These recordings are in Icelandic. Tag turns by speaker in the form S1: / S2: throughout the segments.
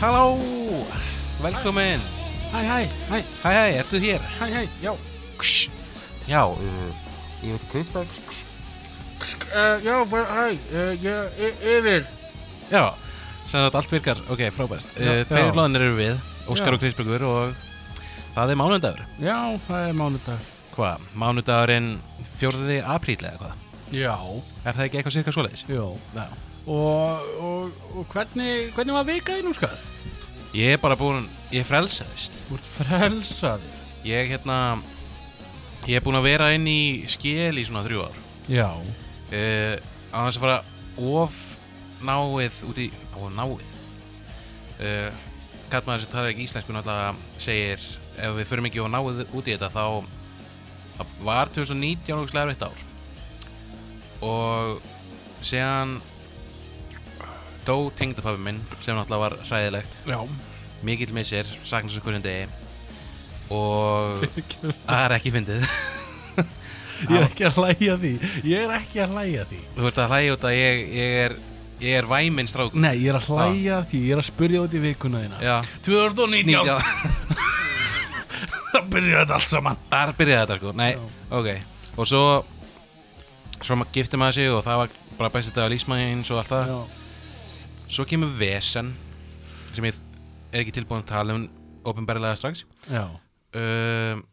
S1: Halló, velkomin
S2: Hæ, hæ, hæ,
S1: Hæ, hæ, ertu hér?
S2: hæ, hæ, já
S1: Ksh. Já, uh, ég veit Krisberg ksh.
S2: uh, Já, bara hæ, uh, ég, y- yfir
S1: Já, sem þetta allt virkar, ok, frábært uh,
S2: Já.
S1: Tveir loðinir eru við, Óskar
S2: Já.
S1: og Krisbergur og það er mánudagur
S2: Já, það er mánudag
S1: Hvað, mánudagurinn 4. apríl eða hvað?
S2: Já,
S1: Er það ekki eitthvað cirka svoleiðis?
S2: já
S1: Já
S2: Og, og, og hvernig, hvernig var vikaðin um skar?
S1: Ég er bara búinn, ég frelsaðist
S2: Þú ert frelsaði
S1: Ég, hérna, ég er búinn að vera inn í skil í svona þrjú ár
S2: Já,
S1: uh, á þess að fara of náið út í á náið uh, kallmaður sem talar ekki íslensku náttúrulega segir ef við förum ekki of náið út í þetta þá það var 2019 ógustlega erfitt ár og síðan dó tengdapafi minn sem náttúrulega var hræðilegt
S2: já
S1: mikill missir, saknar svo hverjum degi og það er ekki fyndið
S2: Ég er ekki að hlæja því Ég er ekki að hlæja því
S1: þú ert að hlæja út að ég, ég er ég er væminn strákur
S2: Nei, ég er að hlæja því, ég er að spyrja út í vikuna þína
S1: Já,
S2: 2019,
S1: já,
S2: það byrjaði þetta allt saman
S1: þar byrjaði þetta sko Nei,
S2: Já.
S1: ok Og svo Svo maður gifti maður sig og það var bara besti dag á lífsmæðins og allt það
S2: Já,
S1: Svo kemur vesen Sem ég er ekki tilbúin að tala um Opinberlega strax
S2: já
S1: um,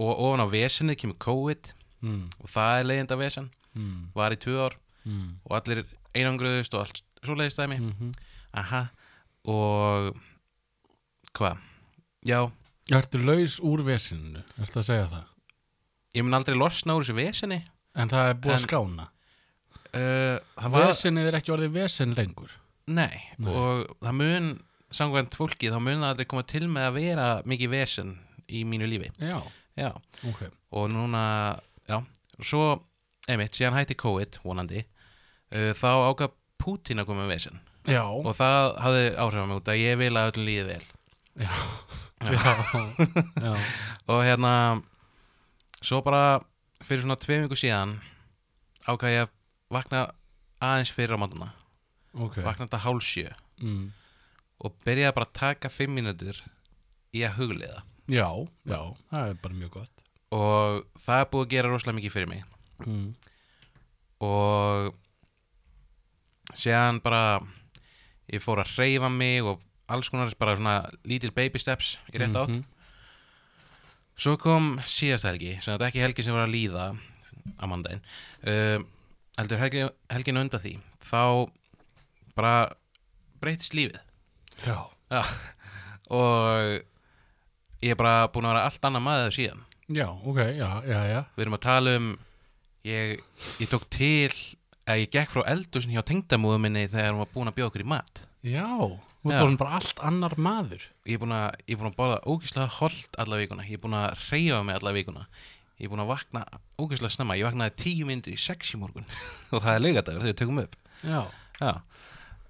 S1: Og ofan á vesenið kemur COVID
S2: mm,
S1: Og það er leiðinda vesen
S2: mm,
S1: Var í tvö ár
S2: mm,
S1: og allir einangruðust og allt svo leiðist dæmi
S2: mm.
S1: Aha Og Hvað? Já,
S2: Ertu laus úr vesinu, ertu að segja það?
S1: ég mun aldrei losna úr þessu veseni
S2: En það er búið að
S1: En-
S2: skána
S1: uh, það var-
S2: Vesenið er ekki orðið vesen lengur
S1: Nei,
S2: Nei.
S1: og það mun samkvæmt fólki, þá mun það aldrei koma til með að vera mikið vesen í mínu lífi
S2: Já,
S1: já,
S2: ok
S1: og núna já, og svo, einmitt, síðan hætti COVID vonandi, uh, þá ágaf Putin að koma með vesen
S2: Já,
S1: og það hafði áhrif á mig út að ég vil að öllum líði vel
S2: já, já, já.
S1: og hérna svo bara fyrir svona tvei vingu síðan ágaf ég að vakna aðeins fyrir á mátuna
S2: ok
S1: vakna þetta hálsjö
S2: mm.
S1: og byrjaði bara að taka fimm mínútur í að huglega
S2: Já, já, það er bara mjög gott
S1: og það er búið að gera rosalega mikið fyrir mig
S2: mm.
S1: og síðan bara ég fór að hreyfa mig og alls konar bara svona lítil baby steps í rétt átt
S2: Mhm.
S1: svo kom síðast helgi, sem þetta er ekki helgi sem var að líða á mandaginn um, heldur helgi, helgin á undan því þá bara breytist lífið
S2: Já,
S1: og ég er bara búin að vera allt annað maður síðan
S2: já, ok, já, já, já
S1: við erum að tala um ég, ég tók til að ég gekk frá eldusin hjá tengdamóðu minni þegar hún var búin að bjóða okkur í mat
S2: Já, þú
S1: Já.
S2: erum bara allt annar maður
S1: ég er búin að, ég er búin að borða ógeðslega holt alla vikuna, ég er búin að reyfa mig alla vikuna ég er búin að vakna ógeðslega snemma ég vaknaði tíu myndir í sex í morgun og það er leikadagur þegar við tökum upp
S2: Já,
S1: já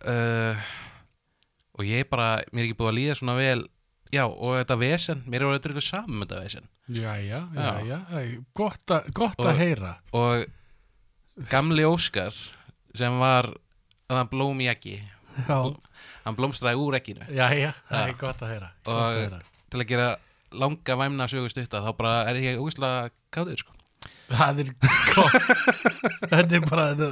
S1: uh, og ég er bara, mér er ekki búin að líða svona vel já, og þetta vesen, mér er orðið driflega saman með þetta vesen
S2: já, já, já,
S1: Já.
S2: já, já. Gott, a, gott
S1: Og-
S2: að heyra
S1: og gamli Óskar sem var hann blóm í ekki
S2: Já,
S1: hann blómstraði úr ekkinu
S2: já, já, það
S1: Já.
S2: er gott að heyra Gott að
S1: og
S2: heyra
S1: til að gera langa væmna sögu stutta þá bara er ég ógeðslega káður sko.
S2: Það er gott Þetta er bara þetta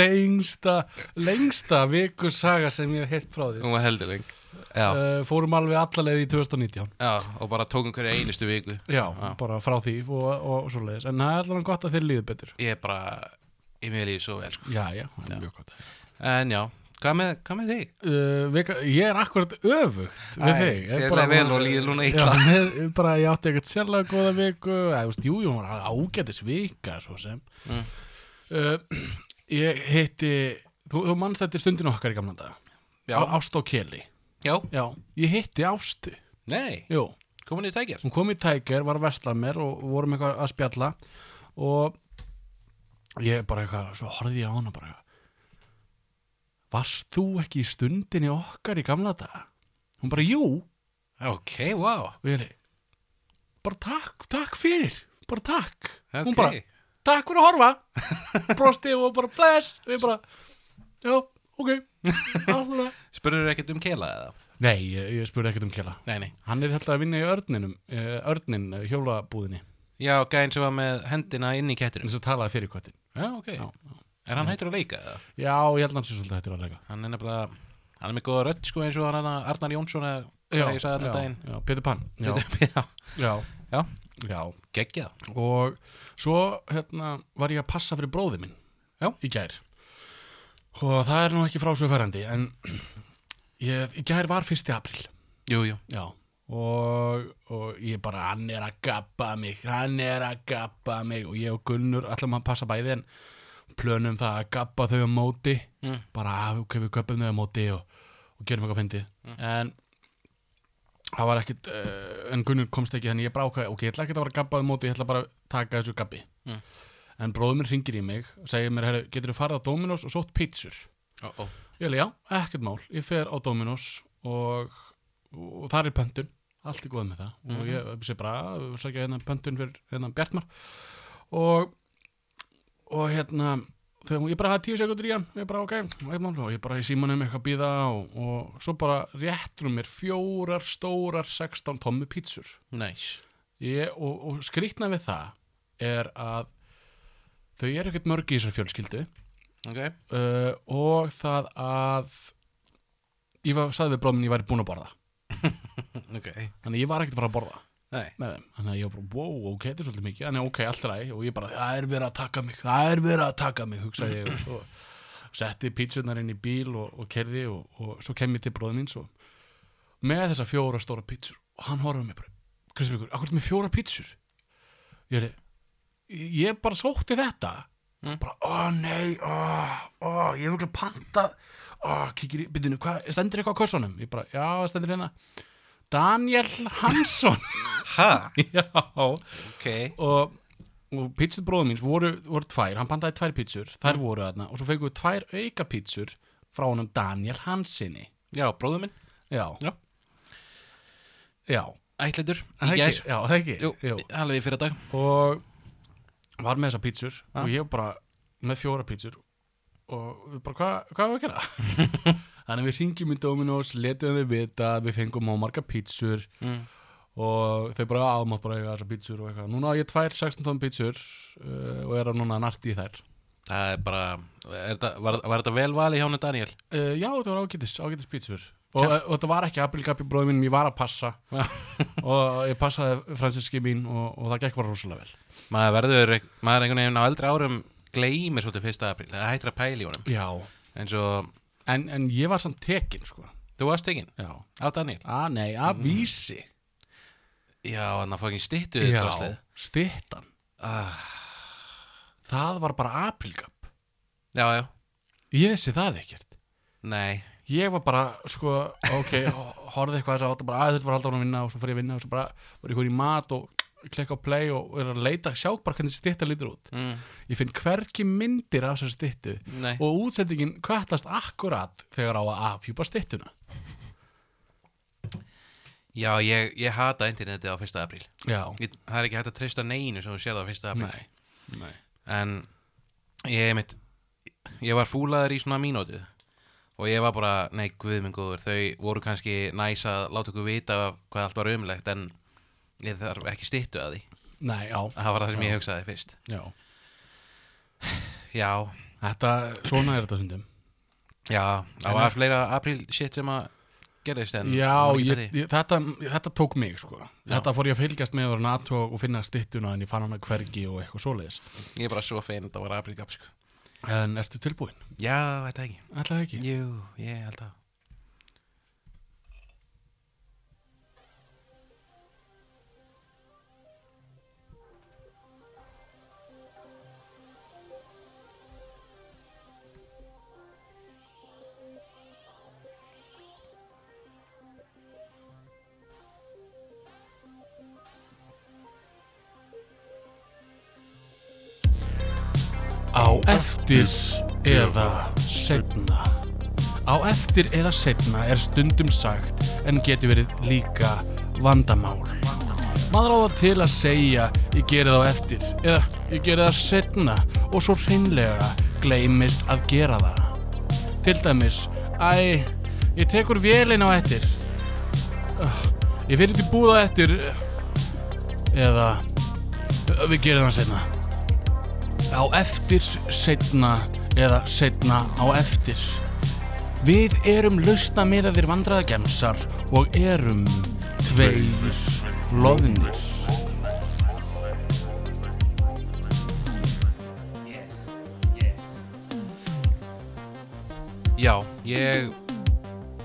S2: lengsta lengsta vikusaga sem ég hef heyrt frá því
S1: hún var heldur leng já,
S2: uh, Fórum alveg allalegið í 2019
S1: já, og bara tókum hverja einustu viku
S2: Já,
S1: Já.
S2: bara frá því og, og svoleiðis En það er allavega gott að þeir líðu betur
S1: ég er bara ég mér líði svo vel sko.
S2: Já, já, það er mjög gott
S1: en já, hvað með, hvað með þig?
S2: uh, vika, Ég er akkurat öfugt
S1: Æ,
S2: við þig
S1: þér leið vel og líður núna illa.
S2: Já, með- bara ég átti ekkert sérlega góða viku eða, þú veist, Jú, jú, hún var ágætis vika svo sem
S1: Mm.
S2: uh, Ég hitti Þú, þú manst þetta stundin okkar í gamla daga
S1: já,
S2: Á- Ást og Keli
S1: já,
S2: Já, ég hitti Ástu
S1: nei,
S2: Jú,
S1: komin í tækjar
S2: hún kom í tækir, var að vesla mér og vorum eitthvað að spjalla og ég bara eitthvað, svo horfði ég á hana bara eitthvað Varst þú ekki í stundinni okkar í gamla daga? Hún bara, jú og
S1: ok, wow,
S2: ég er bara takk, takk fyrir bara takk,
S1: ok
S2: hún bara, takk fyrir að horfa brosti og bara bless og ég bara, já, ok alveg
S1: spurður ekkert um kela eða?
S2: Nei, ég, ég spurði ekkert um Kjela.
S1: Nei, nei.
S2: Hann er held að vinna í örninum, eh, örnin eh, hjólabúðinni,
S1: Já, gæðin sem var með hendina inn í kettinum.
S2: eins og talaði fyrir köttin.
S1: Já, ok.
S2: Já.
S1: Er hann hættur að leika eða?
S2: Já, ég held að hann sé svolítið hættur að leika.
S1: Hann er nefnilega, hann er með góða rödd sko eins og hann hann Arnar Jónsson eða
S2: Já,
S1: hvað ég sagði
S2: já,
S1: þetta daginn.
S2: Já, Peter Pan. Já,
S1: Já,
S2: já,
S1: Já.
S2: já.
S1: geggjað.
S2: Og svo hérna, var ég að passa fyrir bróði minn
S1: Já.
S2: í gær. Og það er nú ekki frásögferandi, en ég, í gær var 1. apríl.
S1: Jú, jú.
S2: Já og, og ég bara, hann er að gappa mig hann er að gappa mig og ég og Gunnur, ætlum að passa bæði en plönum það að gappa þau á móti
S1: Mm.
S2: bara, ah, ok, við göppum þau á móti og, og gerum eitthvað fyndið
S1: Mm.
S2: en það var ekkit uh, en Gunnur komst ekki, þannig ég brákaði ok, ég ætla ekkit að vera að gappa á móti, ég ætla bara að taka þessu gappi
S1: Mm.
S2: en bróður minn ringir í mig og segir mér, "Heyrðu, geturðu farið á Dominos og sótt pizzur
S1: Ó, ó.
S2: Ég alveg, já, ekkert mál, ég fer á Dominos og, og þar er pöntun, allt er góð með það og ég sé bara, "Ah, sækja hérna pöntun fyrir hérna Bjartmar og, og hérna, þegar ég bara hafði tíu sekundur í hann, ég bara ok, ekkert mál og ég bara í símanum eitthvað býða og, og svo bara réttur um mér fjórar stórar 16 tommu pítsur
S1: Næs.
S2: ég, og, og skrýtna við það er að þau eru ekkert mörg í þessar fjölskyldu
S1: Ok.
S2: uh, og það að ég var, sagði við bróðum ég væri búin að borða
S1: Ok.
S2: þannig að ég var ekkert að fara að borða
S1: Nei.
S2: með þeim þannig að ég var bara, wow, ok, þetta er svolítið mikið þannig að ok, allt er læg og ég bara, það er verið að taka mig það er verið að taka mig, hugsaði ég og svo setti pítsunar inn í bíl og, og kerði og, og svo kem ég til bróðum mín og með þessa fjóra stóra pítsur og hann horfði á mig bara, Kristofíkur, akkur með fjóra pítsur ég er ég bara sótti þetta
S1: Mm.
S2: bara, ó nei, ó, ó ég hef ekki pantað ó, kíkir í byttinu, hvað, stendur eitthvað á kursunum ég bara, já, stendur hérna Daniel Hansson
S1: Ha?
S2: Já,
S1: Ok.
S2: og, og pítsur bróðum míns voru, voru tvær, hann pantaði tvær pítsur, þær voru þarna og svo fengum við tvær auka pítsur frá honum Daniel Hansinni.
S1: Já, bróður minn.
S2: Já.
S1: Já.
S2: Já.
S1: Ætlitur.
S2: Er
S1: Í
S2: það ekki?
S1: gær.
S2: Já, er það ekki.
S1: Jú, alveg í fyrir dag.
S2: Og var með þessar pítsur
S1: Ah.
S2: og ég var bara með fjóra pítsur og við bara, hva, hvað var að gera? Þannig við ringjum í Dominos, letum við vita, við fengum á marga pítsur
S1: Mm.
S2: og þau bara aðmátt bara eiga þessar pítsur og eitthvað. Núna á ég tvær 16 tónn pítsur uh, og er að núna nart í þær.
S1: Það er bara, er það, var, var þetta vel valið hjá henni Daniel?
S2: Uh, já, þetta var ágætis, ágætis pítsur. Og, eh, og þetta var ekki aprilgapi bróði mínum, ég var að passa
S1: Já.
S2: og ég passaði fransiski mín og, og það gekk bara rosalega vel.
S1: Maður verður, ekk- maður einhvern veginn á eldri árum gleymir svolítið fyrsta apríl, það hættir að pæla í honum.
S2: Já,
S1: En svo,
S2: en, en ég var samt tekin, sko.
S1: þú varst tekinn
S2: Já. Mm.
S1: á Daniel.
S2: Að nei, að vísi.
S1: Já, hann að fókin stýttu
S2: Já,
S1: draslið.
S2: stittan.
S1: Ah,
S2: Það var bara aprilgap.
S1: já, já,
S2: Ég vissi það ekkert.
S1: nei,
S2: ég var bara, sko, ok horfði eitthvað þess að átta bara að þetta var alltaf að vinna og svo fyrir ég að vinna og svo bara var ég hverju í mat og klikka á play og er að leita sjá bara hvernig stittar lítur út
S1: mm,
S2: ég finn hverki myndir af þessari stittu
S1: nei.
S2: og útsendingin kvættast akkurat þegar á að afhjúpa stittuna
S1: Já, ég, ég hata internetið á fyrsta apríl.
S2: já,
S1: Ég, það er ekki hægt að treysta neginu sem þú sér það á fyrsta apríl.
S2: nei, nei.
S1: En ég, mitt, ég var fúlaður í svona mínútið og ég var bara, nei, guðmingur, þau voru kannski næs að láta okkur vita hvað allt var umlegt en ég þarf ekki stýttu að því.
S2: nei, já,
S1: Það var það sem ég hugsaði fyrst.
S2: já
S1: Já,
S2: þetta, svona er þetta sundum
S1: já, það var fleira apríl shit sem að gerðist en
S2: já,
S1: maður ekki
S2: ég,
S1: pælt í því.
S2: ég, þetta, þetta tók mig, sko þetta fór ég að fylgjast með og NATO og finna stittuna en ég fann hana hvergi og eitthvað svoleiðis
S1: ég er bara svo fein að það var apríl gap, sko.
S2: en ertu tilbúin?
S1: Já, þetta ekki.
S2: Ætlaði ekki?
S1: Jú, ég held að.
S2: Á eftir eða setna Á eftir eða setna er stundum sagt en getur verið líka vandamál. Maður á það til að segja ég geri það á eftir eða ég geri það setna og svo hreinlega gleymist að gera það. Til dæmis, æ, ég tekur vélina á eftir Ég fyrir til búða eftir Eða Við gerum það setna Á eftir setna Eða setna á eftir Við erum lausna miðaðir vandræðagemsar og erum tveir loðinir.
S1: Já, ég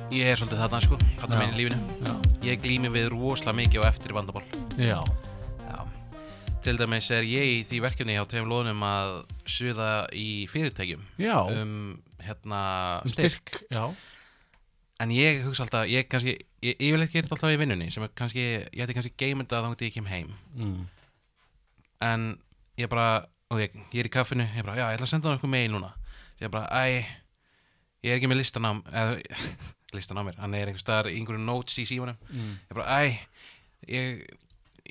S1: Ég er svolítið þarna sko, þarna
S2: Já.
S1: meginn í lífinu
S2: Já.
S1: Ég glými við rosalega mikið á eftir vandamál
S2: Já.
S1: Já Til dæmis er ég í því verkefni hjá tveim lónum að suða í fyrirtækjum
S2: Já.
S1: um hérna
S2: Um
S1: styrk.
S2: styrk. Já.
S1: en ég hugsa alltaf, ég kannski ég, ég vil ekki gera þetta alltaf í vinnunni sem er kannski, ég ætti kannski geymenda þá hundi ég kem heim
S2: Mm.
S1: en ég bara, og ég, ég er í kaffinu ég bara, já, ég ætla að senda hann eitthvað mail núna ég bara, æ, ég er ekki með listan á eða, listan á mér, hann er einhvers staðar í einhverju notes í símanum
S2: Mm.
S1: ég bara, æ, ég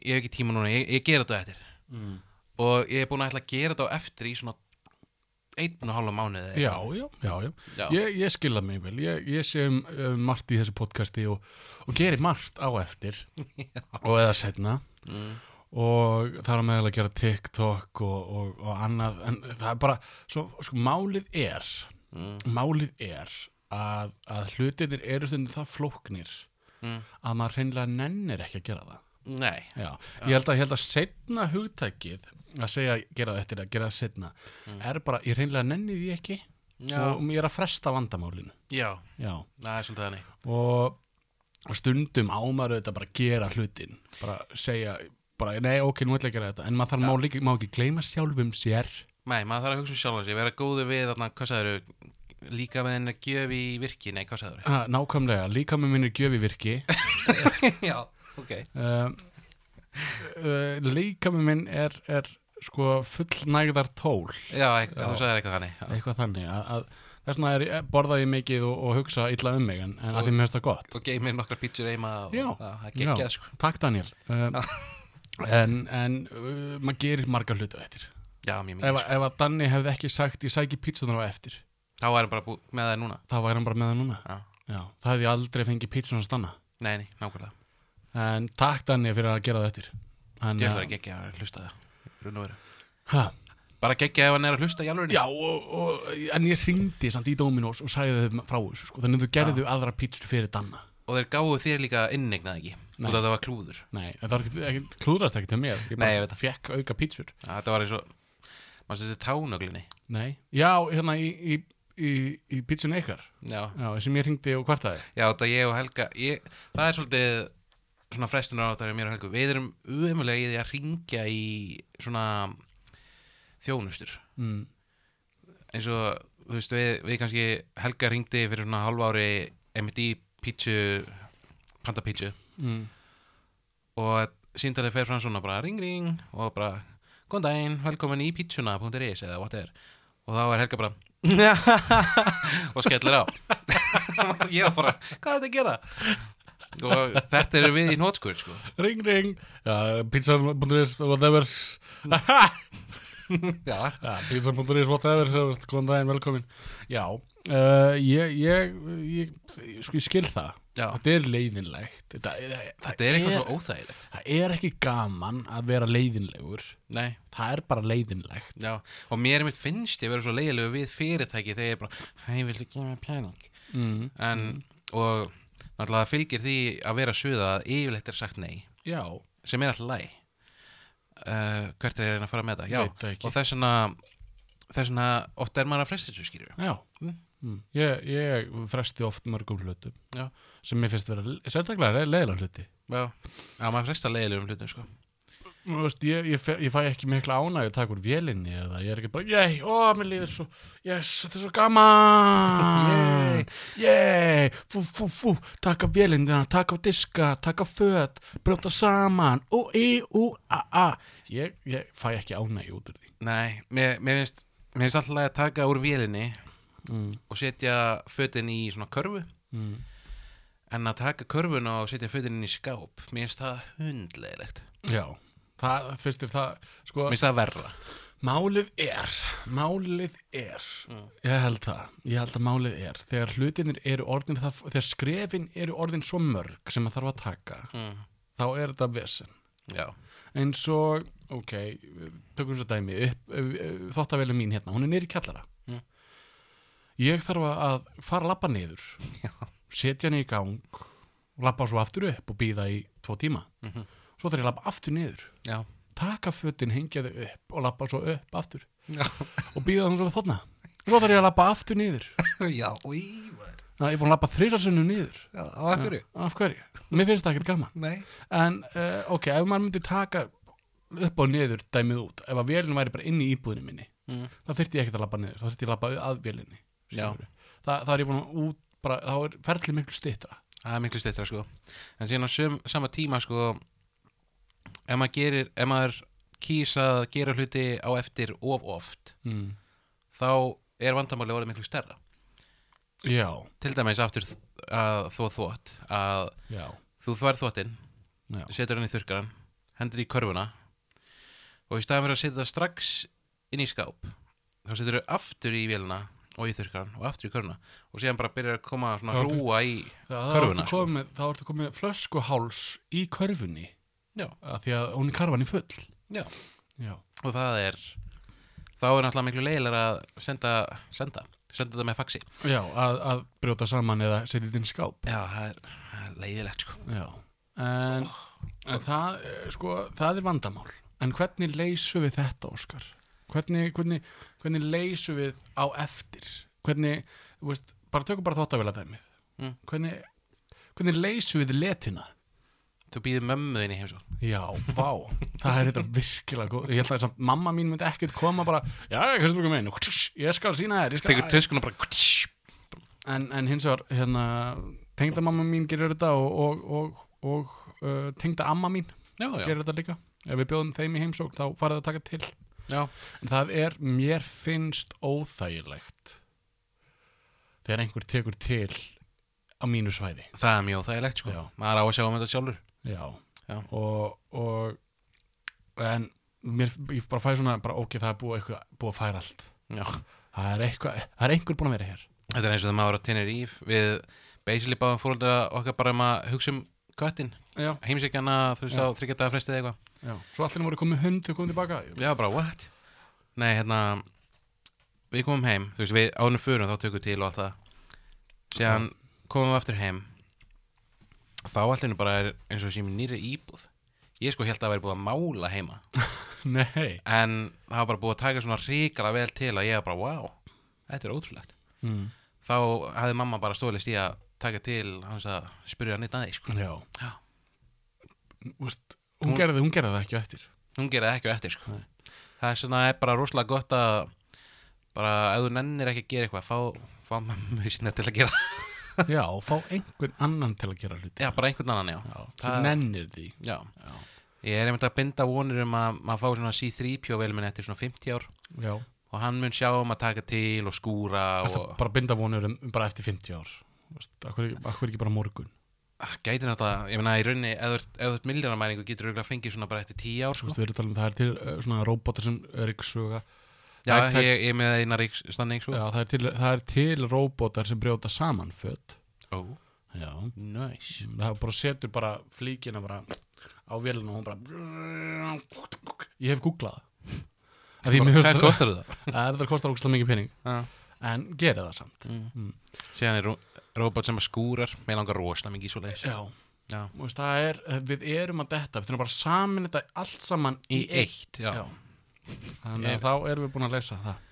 S1: ég hef ekki tíma núna, ég, ég gera þetta á eftir
S2: Mm.
S1: og ég er búin að ætla að gera þetta á eftir í svona einn og halva mánuði eða
S2: Já, já, já, já.
S1: Já.
S2: Ég, ég skilða mig vel. Ég, ég sé um, um margt í þessu podcasti og, og gerir margt á eftir og eða setna
S1: eitthvað. mm.
S2: og það er meðal að gera TikTok og, og, og annað en það er bara, svo, sko, málið er
S1: Mm.
S2: málið er að, að hlutinir eru stundin það flóknir
S1: Mm.
S2: að maður hreinlega nennir ekki að gera það
S1: Nei,
S2: Já, ég held að, ég held að setna hugtækið að segja gera það eftir að gera það setna er bara, ég hreinlega nenni því ekki
S1: já,
S2: og ég er að fresta vandamálinu
S1: já
S2: Já,
S1: það er svolítið þannig
S2: og og stundum ámar auðvitað bara að gera hlutin bara segja, bara nei ok, nú ætla ég að gera þetta en maður þarf má, líka, má ekki gleyma sjálfum sér
S1: Nei, maður þarf að hugsa um sjálfan sig, vera góður við þarna, hvað sagður, líka með henni gjöf í virki, nei, hvað sagður
S2: ha, nákvæmlega, líka með minni gjöfi virki
S1: Já, ok
S2: uh, uh, líka með minn er, er sko fullnægðar tól
S1: Já, ek, þú sagður eitthvað þannig já.
S2: eitthvað þannig að, að þess vegna er, borða ég mikið og, og hugsa illa um mig en, en að því mér finnst það gott
S1: Og geimir nokkra pítsur eima og
S2: Já,
S1: og það er geggjað sko
S2: takk Daniel uh, en, en uh, maður gerir margar hlutu eftir
S1: Já, mjög
S2: ef,
S1: mikið
S2: að- ef að Danni hefði ekki sagt ég sæki pítsunar á eftir
S1: sko Þá erum bara bú, með það núna
S2: þá væri hann bara með það núna
S1: Já,
S2: Já, það hefði ég aldrei fengið pítsunar að stanna
S1: nei, nei, nákvæmlega
S2: en takk Danni fyrir að gera það eftir Hann,
S1: Ég ætla að geggja að hlusta það Rún og veru
S2: ha,
S1: Bara geggja ef hann er að hlusta í alveg
S2: Já, og, og, en ég hringdi samt í Dominos og sagði þau frá þessu sko. þannig að þau gerðu aðra pítsu fyrir Danna
S1: Og þeir gáðu þér líka inneignað ekki Þú
S2: Nei.
S1: þetta var klúður
S2: Nei, en það var ekkert- ekkert- klúðrast ekkert til mér Ég
S1: Nei, ég
S2: bara
S1: veit það.
S2: fekk auka pítsur
S1: Já, Þetta var eins og Maður setur tánöglinni
S2: Nei, já, hérna í, í, í, í pítsunni ykkar
S1: Já,
S2: Já, sem ég hringdi og kvartaði
S1: Já, þetta ég og Helga ég, Það er svolítið svona frestunar á þetta mér og Helgu Við erum umöðulega í því að ringja í svona þjónustur
S2: mm.
S1: eins og, þú veist, við, við kannski Helga ringdi fyrir svona hálfa ári MD pítsu panda pítsu
S2: Mm.
S1: og síntalið fer fram svona bara ring ring og bara góðan daginn, velkomin í pítsuna.is eða whatever og þá er Helga bara og skellir á og ég var bara, hvað er þetta að gera? og þetta eru við í nótskur sko.
S2: Ring, ring, já, pítsan.is, whatever
S1: Mm. já,
S2: Já, pítsan.is, whatever, góðan daginn, velkomin Já, uh, ég, ég, ég, sko, ég skil það
S1: já
S2: Þetta er leiðinlegt Þetta, það,
S1: þetta er eitthvað svo óþægilegt
S2: Það er ekki gaman að vera leiðinlegur
S1: Nei,
S2: Það er bara leiðinlegt
S1: já. og mér mitt finnst ég vera svo leiðilegu við fyrirtæki þegar ég bara, hei, viltu gefa mér pening
S2: mm.
S1: en, og náttúrulega það fylgir því að vera suða að yfirleitt er sagt nei
S2: Já,
S1: sem er alltaf læg uh, hvert er ég að reyna að fara með þetta já,
S2: Veit það ekki.
S1: og þess vegna þess vegna oft er maður að fresta þessu skýrjum
S2: já
S1: Mm.
S2: mm. Ég, ég fresti oft mörgum hlutum
S1: Já.
S2: sem mér finnst vera sérstaklega leiðilega hluti
S1: já, já maður fresta leiðilegum hlutum sko.
S2: Þú veist, ég, ég, fe- ég fæ ekki mikla ánægju að taka úr vélinni eða ég er ekki bara, jæ, ó, mér líður svo, yes, þetta er svo gaman, jæ, fú, fú, fú, taka vélindina, taka á diska, taka föt, brjóta saman, ú, í, ú, a, a, ég, ég fæ ekki ánægju út úr því.
S1: nei, mér, mér finnst mér finnst alltaf að taka úr vélinni
S2: Mm,
S1: og setja fötin í svona körfu
S2: mm.
S1: en að taka körfuna og setja fötin inn í skáp mér finnst það hundlegilegt
S2: Já, það, fyrst er það, sko,
S1: mér finnst það verra
S2: Málið er, málið er,
S1: Mm.
S2: ég held það, ég held að málið er, þegar hlutinir eru orðin, það, þegar skrefin eru orðin svo mörg sem að þarf að taka,
S1: mm.
S2: þá er þetta vesen.
S1: Já,
S2: Eins og, ok, tökum svo dæmi, upp, þóttaveli mín hérna, hún er niður í kjallara.
S1: Mm.
S2: Ég þarf að fara að labba niður, setja hann í gang, labba svo aftur upp og býða í tvo tíma.
S1: Mhm.
S2: Svo þarf ég að labba aftur niður,
S1: já,
S2: taka fötin, hengja þau upp og labba svo upp aftur
S1: já,
S2: og býða þannig að þarna svo þarf ég að lappa aftur niður
S1: já, ívar,
S2: Ná, ég er búin að lappa þrísarsunum niður
S1: já, á akkurju,
S2: af hverju, mér finnst það ekkert gaman
S1: nei,
S2: en uh, ok, ef maður myndi taka upp og niður dæmið út ef að vélinn væri bara inni í íbúðinu minni
S1: mm.
S2: þá þyrfti ég ekkert að lappa niður, þá þyrfti ég að lappa að vélinni
S1: Já.
S2: skilurðu. Þa, það er ég búin að út bara, þá er ferlið miklu styttra
S1: það er miklu stuttra sko, en síðan á söm, sama tíma sko, ef maður gerir, ef maður kýs að gera hluti á eftir of oft,
S2: mm.
S1: þá er vandamáli orðið miklu stærra.
S2: já,
S1: Til dæmis aftur þ- að þó þvott, að
S2: já,
S1: þú þvær þvottinn,
S2: já
S1: setur hann í þurkaran, hendur í körfuna og í staðan fyrir að setja það strax inn í skáp, þá setur þau aftur í vélina og í þurkaran og aftur í körfuna og síðan bara byrjar að koma svona
S2: Já, þú-
S1: hrúa í,
S2: Það- þá
S1: Körfuna,
S2: ertu
S1: sko.
S2: komið, þá ertu komið flöskuháls í körfunni
S1: Já.
S2: Af því að hún er karfan í full
S1: Já.
S2: já,
S1: og það er, þá er náttúrulega miklu leiðilega að senda, senda, senda það með faxi.
S2: Já, að, að brjóta saman eða setja þetta inn í skáp.
S1: Já, það er, það er leiðilegt sko.
S2: Já. En,
S1: Oh.
S2: en það, eh, sko, það er vandamál. En hvernig leysum við þetta, Óskar? Hvernig, hvernig, hvernig leysum við á eftir? Hvernig, þú veist, bara tökum bara þóttavila dæmið.
S1: Mm.
S2: Hvernig, hvernig leysum við letina?
S1: Þú býður mömmuðin í heimsókn.
S2: Já, vá, það er þetta virkilega góð. Ég held að samt, mamma mín myndi ekkert koma bara, já, hvað sem þú komið inn? Ég skal sína þér, ég skal...
S1: Tekur töskun og bara,
S2: en, en hins vegar hérna, tengdamamma mín gerir þetta og, og, og, og uh, tengdamma mín
S1: já, já,
S2: gerir þetta líka ef við bjóðum þeim í heimsókn þá farið að taka til
S1: já,
S2: en það er, mér finnst óþægilegt þegar einhver tekur til á mínu svæði
S1: það er mjög þægilegt sko.
S2: Já.
S1: Maður á að sjá um þetta sjálfur.
S2: já,
S1: Já.
S2: og, og en mér, ég bara fæði svona bara, ok, það er búið, eitthvað, búið að færa allt
S1: Já.
S2: það er, eitthvað, það er einhver búin að vera hér
S1: Þetta er eins og það maður á Teneríf við basically báðum fólkdra okkar bara um að hugsa um köttin
S2: já,
S1: heimsækjana, þú veist
S2: Já.
S1: á þryggjadaga frestið eitthvað
S2: já, svo allir voru komið hund og komið tilbaka
S1: Já, bara what? Nei, hérna við komum heim, þú veist við ánum fyrir þá tökum við til og allt það síðan komum við aftur heim þá allir bara er eins og sem nýri íbúð ég sko held að það væri búið að mála heima
S2: nei
S1: en það var bara búið að taka svona ríkala vel til að ég var bara wow, þetta er ótrúlegt
S2: mm.
S1: þá hafði mamma bara stólist í að taka til hans að spyrja hann eitt aðeins sko.
S2: Já.
S1: Já.
S2: Vist, hún,
S1: Hún-
S2: gerði, hún gerði það ekki á eftir.
S1: hún gera það ekki á eftir sko.
S2: Nei.
S1: það er svona er bara rosalega gott að bara ef þú nennir ekki að gera eitthvað fá, fá mammu sína til að gera það.
S2: Já, fá einhvern annan til að gera hluti.
S1: já, bara einhvern annan, já,
S2: Já,
S1: það-
S2: það nennir því.
S1: já. ég er einmitt að binda vonir um að maður fá svona C3PO velminn eftir svona 50 ár
S2: Já.
S1: og hann mun sjá um að taka til og skúra
S2: Þetta
S1: og
S2: bara binda vonur um, um bara eftir 50 ár. Vist, akkur, akkur ekki bara morgun.
S1: Ah, gæti náttúrulega, ég meina í rauninni ef þú ert- ef þú ert milljónamæringu getur þú fengið svona bara eftir 10 ár
S2: Sko?
S1: sko.
S2: Vist, við erum að tala um það er til uh, svona róbótar sem ríksuga.
S1: já,
S2: það-
S1: ég, ég er með eina ríks standing
S2: Já,
S1: sko.
S2: það er til, það er til róbótar sem brjóta saman föt.
S1: oh,
S2: Já.
S1: nice
S2: Það bara setur bara flíkina bara á vélina og hún bara... Ég hef googlað það. Af því mér finnst
S1: hvað
S2: það-
S1: kostar þetta?
S2: Það þetta kostar ógustlega mikið pening.
S1: Ah.
S2: En gera það samt.
S1: mm. síðan er robot sem að skúrar mér langar rosalega mikið svo leiðis
S2: Já,
S1: já.
S2: þú veist, það er, við erum að detta, við þurfum bara að samin þetta allt saman í,
S1: í eitt já.
S2: Já. Þannig að
S1: Ég-
S2: þá erum við búin að leysa það.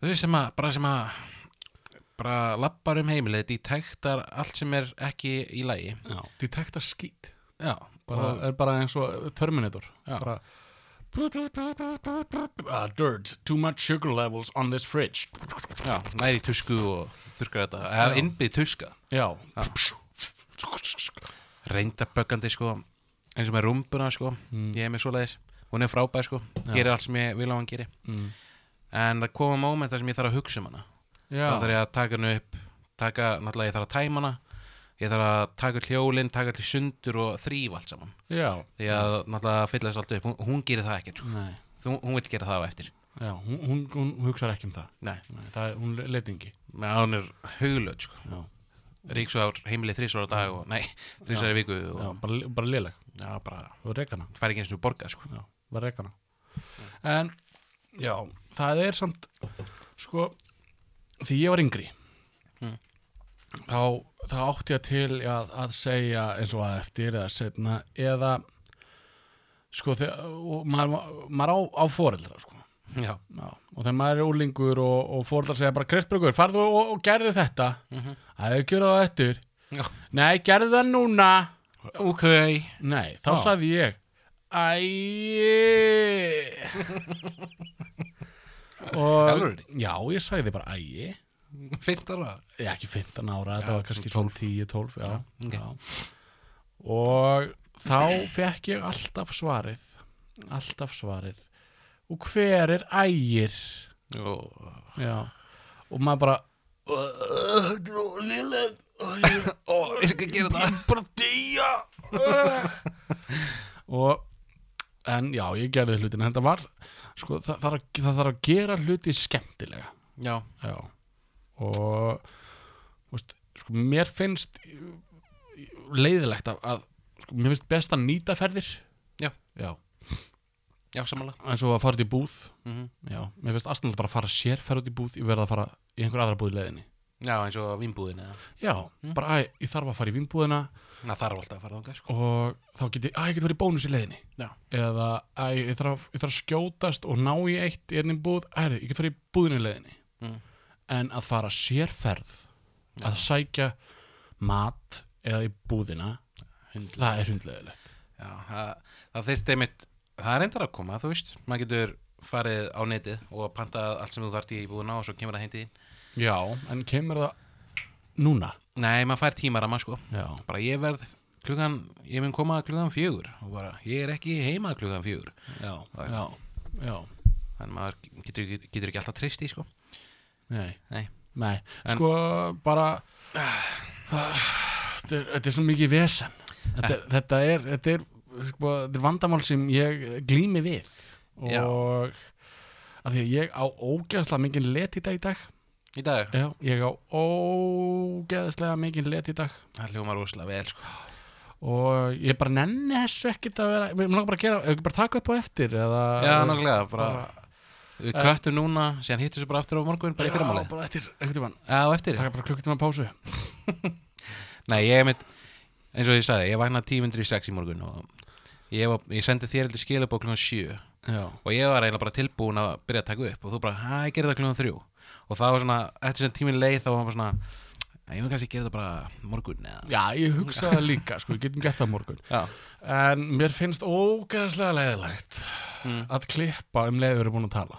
S1: þau sem að bara sem að bara lappar um heimilið detektar allt sem er ekki í lagi
S2: Já. Detekta skít.
S1: já,
S2: Bara,
S1: og,
S2: er bara eins og Terminator.
S1: Já.
S2: Bara, uh, dirt, too much sugar levels on this fridge.
S1: já, næri tusku og þurkar þetta eða
S2: Já.
S1: innbyð tuska
S2: Já.
S1: reyndaböggandi sko eins og með rúmbuna sko
S2: Mm.
S1: ég er með svo leiðis hún er frábæð sko
S2: Já.
S1: gerir allt sem ég vil á hann geri
S2: Mm.
S1: en það koma móment þar sem ég þarf að hugsa um hana
S2: Já.
S1: þá þarf ég að taka hann upp taka, náttúrulega ég þarf að tæma hana ég þarf að taka öll hjólinn, taka öll í sundur og þrýfa allt saman
S2: Já.
S1: því að náttúrulega fylla þess allt upp, hún, hún gerir það ekkert sko.
S2: Nei.
S1: Þú- hún vil gera það á eftir
S2: Já, hún, hún, hún hugsar ekki um það.
S1: Nei.
S2: Nei, það er, hún leit ekki.
S1: með að hún er huglöð sko.
S2: Já.
S1: ríksvár heimilið þrísvara dag og nei, þrísvara viku og
S2: Já,
S1: já.
S2: bara, li- bara léleg.
S1: bara
S2: Og rekana.
S1: fær ekki eins og borgað sko.
S2: Já, bara rekana. En, já, það er samt, sko, því ég var yngri,
S1: Mm.
S2: þá, þá átti ég til að, að segja eins og að eftir eða setna eða, sko, þegar, og maður, maður á, á foreldra, sko.
S1: já,
S2: Já, og þegar maður er úlingur og, og fóreldrar segja bara Kristbjörgur, farðu og, og gerðu þetta
S1: Mhm.
S2: Það er ekki það eftir
S1: Já.
S2: Nei, gerðu það núna
S1: ok
S2: Nei, þá
S1: Já.
S2: sagði ég Æi og,
S1: Alvöru?
S2: Já, ég sagði bara æi
S1: fintara
S2: Ég ekki 15 ára,
S1: Já,
S2: þetta var kannski 10, 12 já,
S1: ok.
S2: já. Og þá fekk ég alltaf svarið Alltaf svarið Og hver er ægir?
S1: og
S2: Já, og maður bara
S1: þetta er ólileg og ég skal gera það bara deyja
S2: og, en já, ég gerði hlutin en þetta var, sko, það, það, það þarf að gera hluti skemmtilega
S1: já,
S2: já, og veist, sko, mér finnst leiðilegt að, að sko, mér finnst best að nýta ferðir
S1: Já.
S2: já,
S1: já samanlega
S2: eins og að fara út í búð
S1: mm
S2: já, mér finnst aðstæðan bara að fara sér ferð út í búð, ég verð að fara í einhver aðra búð í leiðinni
S1: já, eins og vinnbúðin eða
S2: já,
S1: Mm.
S2: bara, æ, ég þarf að fara í vinnbúðina
S1: það þarf alltaf að fara þangað sko.
S2: og þá get ég, að ég get verið í bónus í leiðinni
S1: Já.
S2: eða að ég þarf, ég þarf að skjótast og ná í eitt í einni búð, að ég get verið í búðinu í leiðinni
S1: Mm.
S2: en að fara sérferð að sækja mat eða í búðina það er hundlegilegt
S1: já, það, það þyrst einmitt það er reyndar að koma, þú veist maður getur farið á netið og pantað allt sem þú þart í búðina og svo kemur það heim til þín
S2: já, en kemur það núna
S1: nei, maður fær tímarama sko
S2: já,
S1: bara ég verð klugan, ég mun koma klugan fjögur og bara, ég er ekki heima klugan fjögur
S2: já,
S1: Já.
S2: já, já
S1: þannig maður getur, ekki- getur ekki alltaf treyst í sko
S2: nei,
S1: Nei.
S2: nei.
S1: En-
S2: sko bara ah, þetta er, þetta er svo mikið vesen þetta, er- þetta er þetta er, sko, þetta er vandamál sem ég glými við
S1: Já.
S2: og af því að ég á ógeðslega mikið let í dag í dag
S1: í dag,
S2: Já, ég á ógeðslega mikið let í dag
S1: það hljómar rosalega vel sko
S2: og ég bara nenni þessu ekkert að vera mér langar bara að gera, ef ekki bara taka upp á eftir eða,
S1: já, nákvæmlega, bara
S2: bara,
S1: við köttum núna, síðan hittum svo bara aftur á morgun bara í
S2: Já,
S1: fyrramálið,
S2: bara eftir, einhvern tímann,
S1: já, á eftir
S2: taka bara klukkutíma pásu
S1: nei, ég er mitt, eins og ég sagði ég vaknaði tímyndur í sex í morgun og ég, var, ég sendi þér eitthvað skilabók klugan sjö
S2: Já,
S1: og ég var eiginlega bara tilbúin að byrja að taka upp og þú bara, hæ, ég gerði það klugan þrjú og það var svona, eftir sem tíminn leið þá var maður svona, "Æ, ég mun kannski gera það bara morgun eða
S2: já ég hugsa það líka sko, við getum gert það á morgun
S1: já.
S2: en mér finnst ógeðslega leiðilegt
S1: Mm.
S2: að klippa um leiður er búin að tala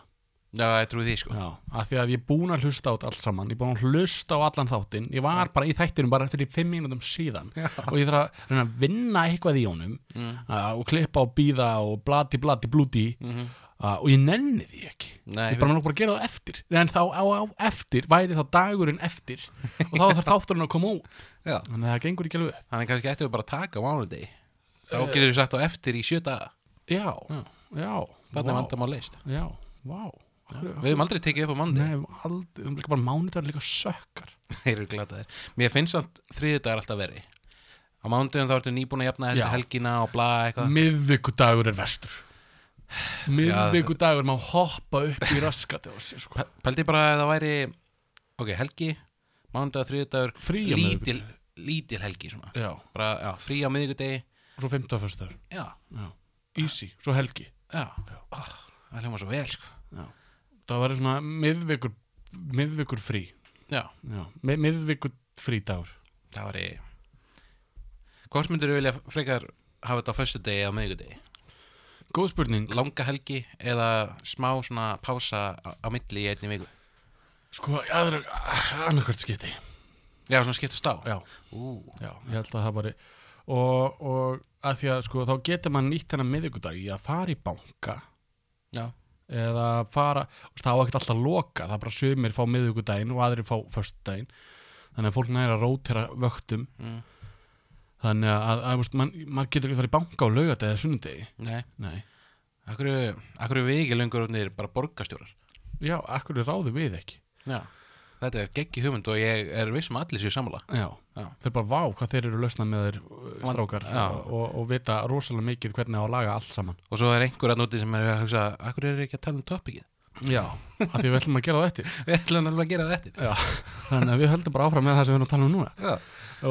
S1: Já, ég trúi því sko
S2: Já, af því að ég er búin að hlusta át allt saman ég er búin að hlusta á allan þáttinn ég var bara í þættinum bara fyrir fimm mínútum síðan Já. og ég þarf að reyna að vinna eitthvað í honum
S1: Mm.
S2: uh, og klippa og býða og blati blati blúti
S1: mm
S2: uh, og ég nenni því ekki
S1: Nei,
S2: ég bara nokkuð bara að gera það á eftir en þá á, á eftir væri þá dagurinn eftir og þá þarf þátturinn að koma út
S1: já.
S2: þannig að það gengur ekki alveg upp.
S1: Þannig kannski ættum við bara að taka á mánudegi Þá
S2: Eh.
S1: getur við sagt á eftir í sjö daga
S2: Já,
S1: Já.
S2: já,
S1: Þannig
S2: vá.
S1: vandamál leist
S2: Já, vá Akkur-
S1: Við höfum aldrei tekið upp á mánudegi
S2: Nei, aldrei, um, líka bara mánudagur líka sökkar
S1: Þeir eru glataðir Mér finnst samt þriði dagar alltaf verri Á mánudegum þá ertu nýbúin að jafna eftir
S2: Já. Mm.
S1: helgina og bla eitthvað
S2: Miðvikudagur er vestur Miðvikudagur má hoppa upp í raskati á sér sko.
S1: Pældi bara að það væri Ok, helgi, mánudag, þriði dagur
S2: Frí á
S1: Lítil, lítil helgi svona
S2: Já,
S1: bara, já, Frí á miðvikudegi
S2: og svo fimmtaföstaður
S1: Já,
S2: Easy, svo helgi
S1: já, Ó, Það hljóma svo vel sko
S2: Það var svona miðvikur miðvikur frí
S1: Já,
S2: Já, mið, miðvikur frí dagur
S1: það væri Hvort myndir við vilja frekar hafa þetta á föstudegi eða á miðvikudegi?
S2: Góð spurning
S1: langa helgi eða smá svona pása á, á milli í einni viku
S2: Sko, aðra, annarkvært skipti
S1: Já, svona skiptast á
S2: Já,
S1: Ú,
S2: já, ég held að það var og, og að því að sko þá getur maður nýtt hennar miðvikudag í að fara í banka
S1: já,
S2: eða fara, þú veist, það á ekkert alltaf að loka það er bara sumir fá miðvikudaginn og aðrir fá föstudaginn, þannig að fólk næri að rótera vöktum,
S1: mm,
S2: þannig að, að, að mann man getur ekki að fara í banka á laugat eða sunnudegi
S1: nei
S2: Nei.
S1: Akkur, akkur við ekki lengur orðnir bara borgarstjórar
S2: Já, akkur ráðum við ekki
S1: Já. Þetta er geggi hugmynd og ég er vissum að allir séu sammála
S2: Já,
S1: Já.
S2: þau bara vá hvað þeir eru lausna með þeir
S1: Vand-
S2: strákar
S1: Já.
S2: og, og vita rosalega mikið hvernig á að laga allt saman
S1: Og svo er einhver að núti sem er að hugsa Akkur er ekki að tala um topikið
S2: Já, af því við ætlum að gera það eftir
S1: Við ætlum alveg að gera þetta
S2: Já, þannig að við höldum bara áfram með það sem við erum að tala um núna
S1: Já.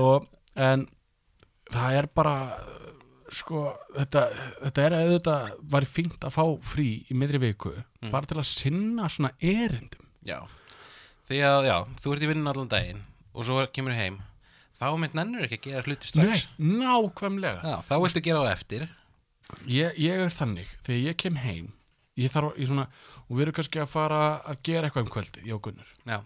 S2: og, en það er bara uh, sko, þetta, þetta er að þetta var fínt að fá frí í miðri viku
S1: Mm.
S2: bara til að sinna svona erindum
S1: Já, því að já, þú ert í vinnun allan daginn og svo kemur þú heim þá mynd nennur ekki að gera hluti strax
S2: Nei, nákvæmlega
S1: já, þá viltu gera það eftir
S2: ég, ég er þannig, þegar ég kem heim ég þarf, að- ég svona, og við erum kannski að fara að gera eitthvað um kvöldi, ég og Gunnur
S1: Já,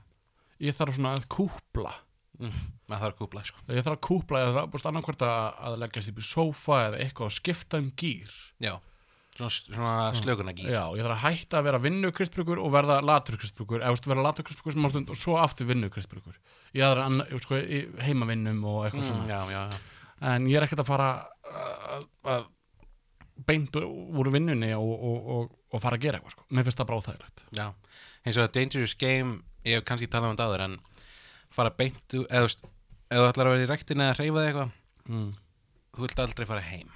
S2: ég þarf svona að kúpla
S1: maður þarf að kúpla sko.
S2: ég þarf að kúpla eða búst annarkvort að, að leggjast upp í sófa eða eitthvað að skipta um gýr
S1: Já, svona, svona slökunagýr
S2: Já, ég þarf að hætta að vera vinnukristbrukur og verða laturkristbrukur, eða þú veist, vera laturkristbrukur sem ástund og svo aftur vinnukristbrukur í aðra anna, ég, sko, í heimavinnum og eitthvað
S1: mm, já,
S2: svona
S1: já, já.
S2: en ég er ekkert að fara að, að beint úr- úr vinnunni og, og, og, og fara að gera eitthvað sko. mér finnst það bara óþægilegt
S1: já eins og að Dangerous Game ég hef kannski talað um þetta áður en fara beint úr- eða þú veist, ef þú ætlar að vera í rektin eða hreyfa þig eitthvað
S2: mm.
S1: þú vilt aldrei fara heim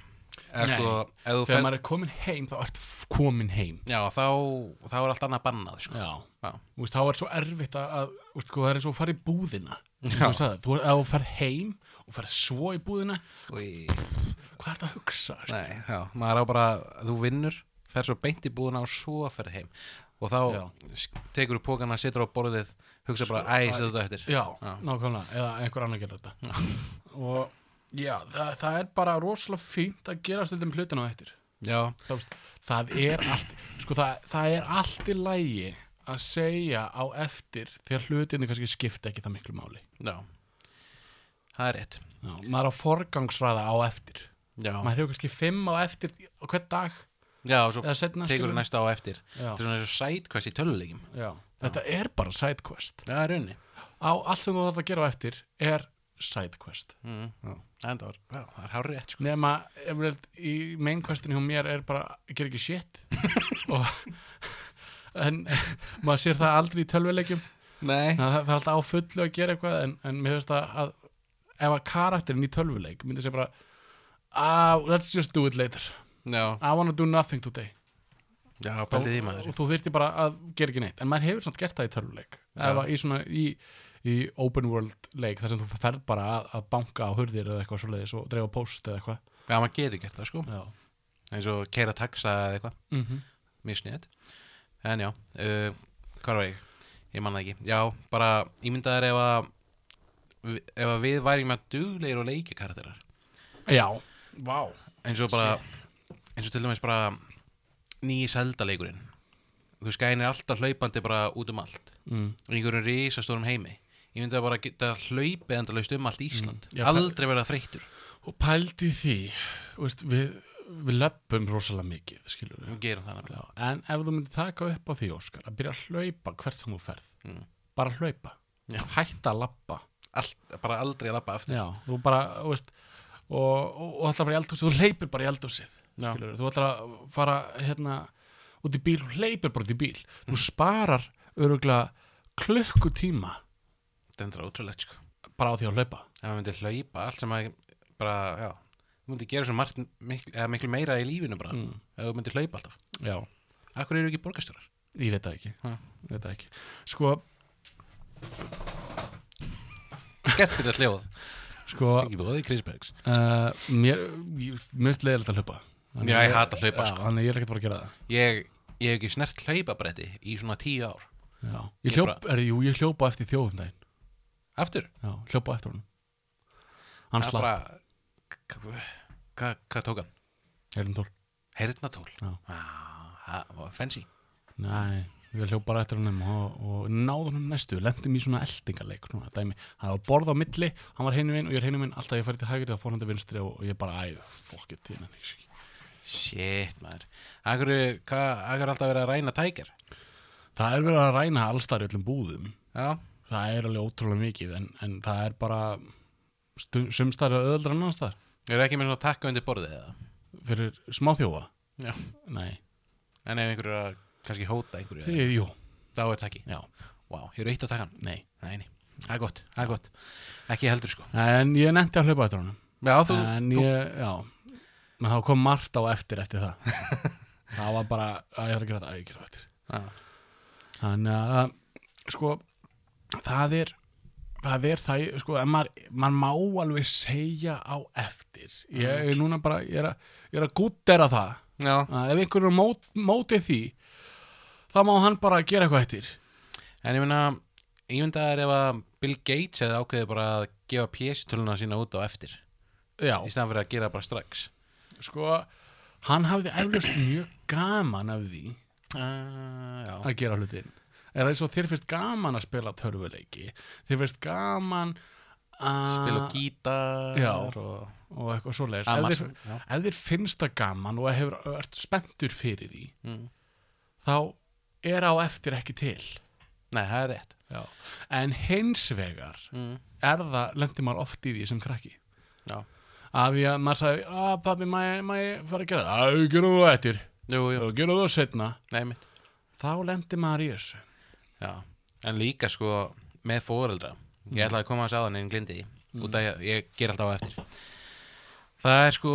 S1: eða
S2: Nei.
S1: sko, ef þú
S2: þegar
S1: fer
S2: maður er komin heim þá ert f- komin heim
S1: Já, þá, þá er allt annað bannað sko.
S2: Já,
S1: Já.
S2: Þú veist, þá er svo erfitt að, að þú veist, sko, það er eins og að fara í búðina eins
S1: Já.
S2: og ég sagði, þú er að þú ferð heim og ferð svo í búðina,
S1: Í-
S2: hvað er það að hugsa? skilur?
S1: Nei, já, maður á bara þú vinnur, fer svo beint í búðuna og svo fer heim og þá
S2: Já.
S1: sk- tekur þú pókana, setur á borðið hugsa bara, æ, setur þetta eftir
S2: Já,
S1: Já.
S2: nákvæmlega, eða einhver annar gerir þetta og já, það, það er bara rosalega fínt að gera stundum hlutina á eftir
S1: Já,
S2: það, veist, það er allt sko, það, það er allt í lægi að segja á eftir þegar hlutinni kannski skipta ekki það miklu máli
S1: já Það er rétt
S2: já, maður er að forgangsraða á eftir
S1: Já,
S2: maður hefur kannski fimm á eftir á hvern dag
S1: já og svo
S2: eða setna
S1: tekur þú næsta á eftir
S2: já,
S1: Þetta er svona eins og sætkvæst í töluleikjum
S2: já. þetta er bara sidequest
S1: Já, það er raunni
S2: á allt sem þú þarf að gera á eftir er sidequest
S1: mm.
S2: Já.
S1: En það var, já, það er hár rétt sko.
S2: nema efreld, í mainquestin hjá mér er bara ég ger ekki shit og, en maður sér það aldrei í tölvuleikjum
S1: Nei,
S2: það, það er alltaf á fullu að gera eitthvað en, en mér finnst að, að ef að karakterin í tölvuleik myndi segja bara ah, let's just do it later
S1: já,
S2: I wanna do nothing today
S1: já, pælið í maður
S2: og þú þyrfti bara að gera ekki neitt en maður hefur svona gert það í tölvuleik
S1: Já.
S2: ef að í svona í, í open world leik þar sem þú ferð bara að, að banka á hurðir eða eitthvað svoleiðis og dreifa post eða eitthvað
S1: Já, maður getur gert það sko
S2: já,
S1: eins og keira taxa eða eitthvað
S2: mm
S1: misnið en já, uh, hvað var ég? ég manna ekki, já, bara ímyndaðar ef að ef að við væri með duglegir og leiki karakterar
S2: já. Vá,
S1: eins og bara, eins og til dæmis bara nýji seldaleikurinn þú veist, gæin er alltaf hlaupandi bara út um allt,
S2: mm.
S1: í einhverjum risastórum heimi ég myndi að bara geta hlaupið endalaust um allt Ísland,
S2: Mm, já,
S1: aldrei verða þreyttur
S2: og pældi því þú veist, við, við löpum rosalega mikið skilur við
S1: við gerum það nefnilega
S2: Já, en ef þú myndir taka upp á því Óskar að byrja að hlaupa hvert sem þú ferð
S1: Mm.
S2: bara hlaupa,
S1: Já.
S2: hætta að lappa
S1: All, bara aldrei að labba aftur
S2: já, þú bara þú veist, og, og, og ætlar að fara í eldhúsið þú hleypir bara í eldhúsið
S1: Já.
S2: skilur við, þú ætlar að fara hérna út í bíl, þú hleypir bara út í bíl þú sparar öruglega klukkutíma
S1: þetta er endur ótrúlegt sko
S2: bara á því að hlaupa
S1: ef maður myndi hlaupa allt sem maður bara, já, þú myndi gera svo margt miklu, eða miklu meira í lífinu bara
S2: Mm.
S1: ef þú myndi hlaupa alltaf.
S2: já,
S1: Akkur eru ekki borgarstjórar?
S2: Ég veit það ekki,
S1: Ha.
S2: ég veit það ekki. Sko,
S1: Skemmtilegt hljóð.
S2: sko
S1: Ekki búið í Krisbergs.
S2: uh, mér, ég- mér finnst leiðilegt að hlaupa Þannig
S1: Já, ég hata að hlaupa,
S2: já,
S1: sko.
S2: Þannig að ég er ekkert að fara að gera það
S1: Ég, ég hef ekki snert hlaupabretti í svona tíu ár.
S2: já. Ég,
S1: Ég
S2: hljóp, er, jú, ég hljópa eftir þjófum daginn
S1: Aftur?
S2: Já, hljópa eftir honum Hann
S1: Það er
S2: slapp,
S1: bara- k- k- Hvað hvað tók hann?
S2: heyrðum tól
S1: Heyrnatól.
S2: Já.
S1: Ah, Það var fancy.
S2: Nei, ég hljóp bara eftir honum og, og náði honum næstu, lendum í svona eldingaleik svona, dæmi, hann var borð á milli hann var hinum minn og ég er hinum minn, alltaf ég færi til hægri þá fór hann til vinstri og, og ég bara, æ, fuck it ég nenni þessu ekki.
S1: Shit, maður. Akkur, hvað, akkur er alltaf verið að ræna tækir?
S2: Það er verið að ræna allstar í öllum búðum
S1: Já.
S2: það er alveg ótrúlega mikið en, en það er bara sumstar eða öðuldra annars þar
S1: Eru ekki með svona takka undir borðið eða?
S2: fyrir smáþjófa
S1: Já.
S2: nei,
S1: En ef einhverju er að kannski hóta einhverju eða-
S2: Í- Jú,
S1: Þá er takki
S2: já,
S1: Vá, hefur eitt að taka hann?
S2: nei
S1: Nei, nei, það er gott, það er gott Ekki heldur sko
S2: En ég nefndi að hlaupa eftir honum
S1: Já, þú,
S2: En
S1: þú
S2: ég, já Men þá kom margt á eftir eftir það Það var bara, að ég ætla að gera þetta að ég gera þetta eftir
S1: já,
S2: Þannig að, sko, það er, það er það, sko, en maður, maður má alveg segja á eftir. Ég er núna bara, ég er að, ég er að gúttera það.
S1: já.
S2: Að ef einhverjum mót, mótið því, þá má hann bara gera eitthvað eftir.
S1: En ég meina, ég myndi að það er ef að Bill Gates hefði ákveðið bara að gefa pjésitöluna sína út á eftir
S2: Já,
S1: Í staðan fyrir að gera bara strax
S2: sko, hann hafði eflust mjög gaman af því
S1: uh, Já,
S2: að gera hlutin. Er það eins og þér finnst gaman að spila törfuleiki, þér finnst gaman að...
S1: spila og gítar
S2: Já.
S1: og
S2: og eitthvað svoleiðis
S1: Að
S2: ef,
S1: maður- já.
S2: þér- ef þér finnst það gaman og hefur ert spenntur fyrir því
S1: mm.
S2: þá er á eftir ekki til
S1: Nei, það er rétt
S2: já. en hins vegar
S1: mm.
S2: er það, lendi maður oft í því sem krakki
S1: Já,
S2: af því að maður sagði að pabbi, maður ma fara að gera það að gera þú eftir,
S1: jú, jú,
S2: og gera þú setna
S1: nei mitt
S2: þá lendi maður í þessu
S1: Já, en líka sko með fóreldra Ég ætlaði að koma að sáðan en glindi mm. út að ég, ég ger alltaf á eftir Það er sko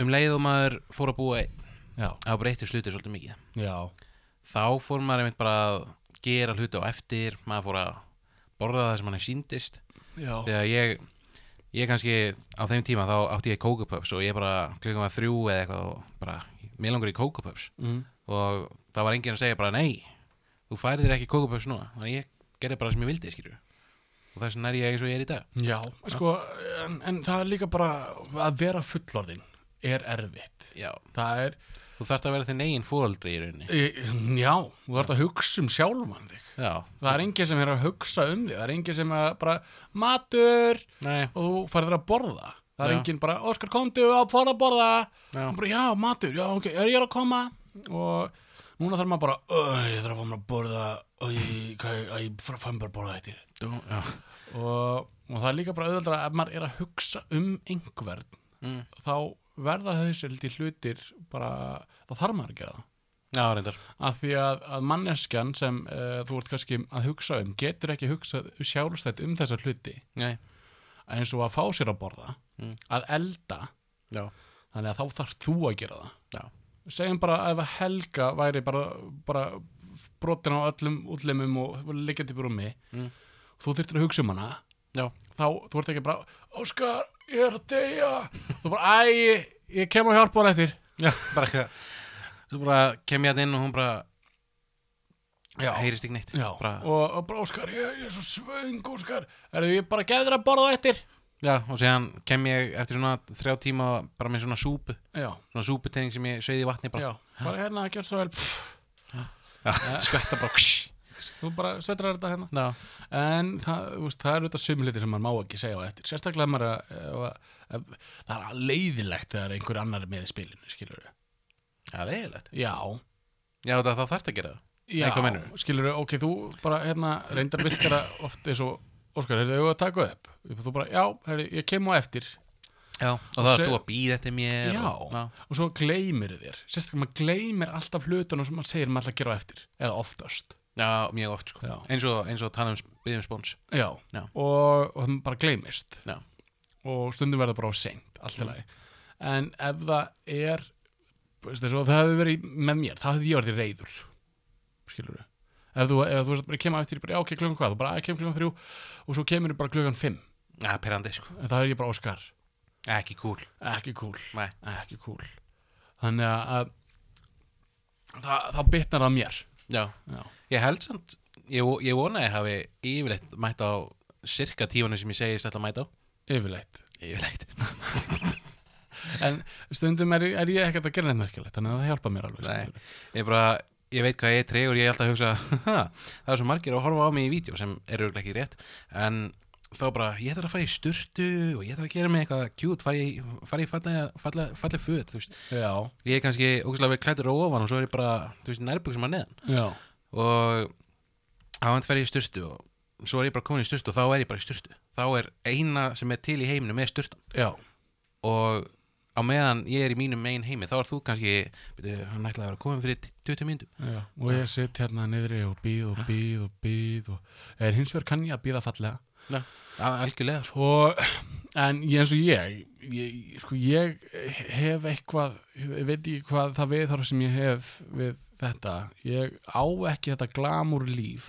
S1: um leið og maður fór að búa einn
S2: já,
S1: þá breytir slutið svolítið mikið
S2: já,
S1: þá fór maður einmitt bara að gera hluti á eftir maður fór að borða það sem hann er síndist
S2: já,
S1: þegar ég ég kannski á þeim tíma þá átti ég kókupöps og ég bara klukkan var þrjú eða eitthvað og bara, mér langur í kókupöps
S2: mm,
S1: og það var enginn að segja bara nei þú færir þér ekki kókupöps núna þannig að ég gerði bara sem ég vildi skilju og þess vegna er ég eins og ég er í dag
S2: já sko, en, en það er líka bara að vera fullorðin er erfitt
S1: já.
S2: það er
S1: þú þarft að vera þinn eigin fóreldri í rauninni
S2: Í- Já, þú þarf að hugsa um sjálfan þig
S1: já,
S2: Það er enginn sem er að hugsa um þig Það er enginn sem er að bara matur
S1: nei,
S2: og þú farið að borða Það er
S1: Já.
S2: enginn bara, Óskar, komdu að fara að borða
S1: Já.
S2: Og bara, Já, matur, já, ok, er ég að koma og núna þarf maður bara "Æ, ég þarf að fá mér að borða Æ, hvað, æ, ég fara að fá mér bara að borða þetta
S1: þú, já
S2: og, og það er líka bara auðveldra ef maður er að hugsa um einhvern
S1: mm.
S2: þá verða þessi hlutir bara, þá þarf maður ekki það
S1: já, reyndar
S2: af því að, að manneskjan sem uh, þú ert kannski að hugsa um getur ekki hugsað sjálfstætt um þessa hluti
S1: nei,
S2: eins og að fá sér að borða
S1: Mm.
S2: að elda,
S1: já,
S2: þannig að þá þarf þú að gera það
S1: já
S2: segjum bara ef að Helga væri bara, bara brotin á öllum útlimum og liggjandi í brúmi
S1: Mm.
S2: þú þyrftir að hugsa um hana
S1: Já,
S2: þá, þú ert ekki bara, Óskar, ég er að deyja þú bara, æ, ég- ég kem og hjálpa hann eftir
S1: já, bara eitthvað Svo bara kem ég að inn og hún bara
S2: Já.
S1: heyrist ekki neitt
S2: Já,
S1: bara, og,
S2: og, og bara, Óskar, ég, ég er svo svöng, Óskar Erðu, ég bara geður að borða á eftir
S1: já, og síðan kem ég eftir svona þrjá tíma bara með svona súpu
S2: Já,
S1: svona súputeining sem ég sauði í vatni bara,
S2: já, bara hérna að gera svo vel pff,
S1: já, skvætta bara ksh,
S2: Þú bara svetrar þetta hérna
S1: já,
S2: En það, þú veist, það er auðvitað sumliti sem maður má ekki segja á eftir Sérstaklega ef maður eh, að, ef, að- ef, Það er leiðilegt þegar einhver annar er með í spilinu, skilur við
S1: já, leiðilegt
S2: Já,
S1: já, það, þá þarftu að gera það
S2: já,
S1: Nei, hvað meinarðu?
S2: skilur við, ok, þú bara hérna reyndar virkara oft eins og Óskar, heyrðu, hefur að taka upp Þú bara, já, heyrðu, ég kem á eftir
S1: já, og það er
S2: seg-
S1: þú að býða eftir mér
S2: Já,
S1: og, já,
S2: og svo gleymir þér Sérstaklega maður gleymir alltaf hlutunum sem maður segir maður ætlar að gera á eftir Eða oftast
S1: já, mjög oft sko
S2: Já.
S1: eins og, eins og tala um sp- biðja um spóns
S2: Já,
S1: Já.
S2: Og, og það bara gleymist
S1: já,
S2: og stundum verður bara á seint allt í lagi en ef það er veist, þessu, það hefur verið með mér það hefði ég orðið reyður skilur við ef þú, ef þú veist bara kemur eftir ég bara já ok klukkan hvað þú bara "Æ, kem klukkan þrjú og svo kemur þú bara klukkan fimm
S1: já, perandi sko
S2: en það er ég bara óskar
S1: ekki cool,
S2: ekki cool
S1: nei,
S2: ekki cool þannig að, að það, það bitnar að mér
S1: já
S2: já,
S1: Ég held samt, ég, vo- ég vona að ég hafi yfirleitt mætt á cirka tífanu sem ég segist ætla að mæta á
S2: yfirleitt
S1: Yfirleitt
S2: en stundum er, ég- er ég ekkert að gera neitt merkilegt þannig að það hjálpa mér alveg
S1: Nei,
S2: skilurðu.
S1: ég bara, ég veit hvað ég er tregur, ég er alltaf að hugsa "Ha, Það er svo margir að horfa á mig í vídeo sem er auðvitað ekki rétt En þá bara, ég þarf að fara í sturtu og ég þarf að gera mig eitthvað cute, fara í, fara í fallega, fallega, fallega föt, þú veist
S2: já,
S1: Ég er kannski ógæslega vel klættur á ofan og svo er ég bara, þú veist, nærbuxum að neðan
S2: já,
S1: Og áhænt fer ég í sturtu og svo er ég bara komin í sturtu og þá er ég bara í sturtu Þá er eina sem er til í heiminum með sturtan
S2: já
S1: og á meðan ég er í mínum einn heimi þá er þú kannski, byrju, hann ætlaði að vera komin fyrir 20 mínútum
S2: Já, og ég sitt hérna niðri og býð og býð og býð og er hins vegar kann ég að býða fallega
S1: Al- algjörlega sko.
S2: og en ég- eins og ég, ég sko ég hef eitthvað ég veit ekki hvað það viðhorf sem ég hef við þetta, ég á ekki þetta glamur líf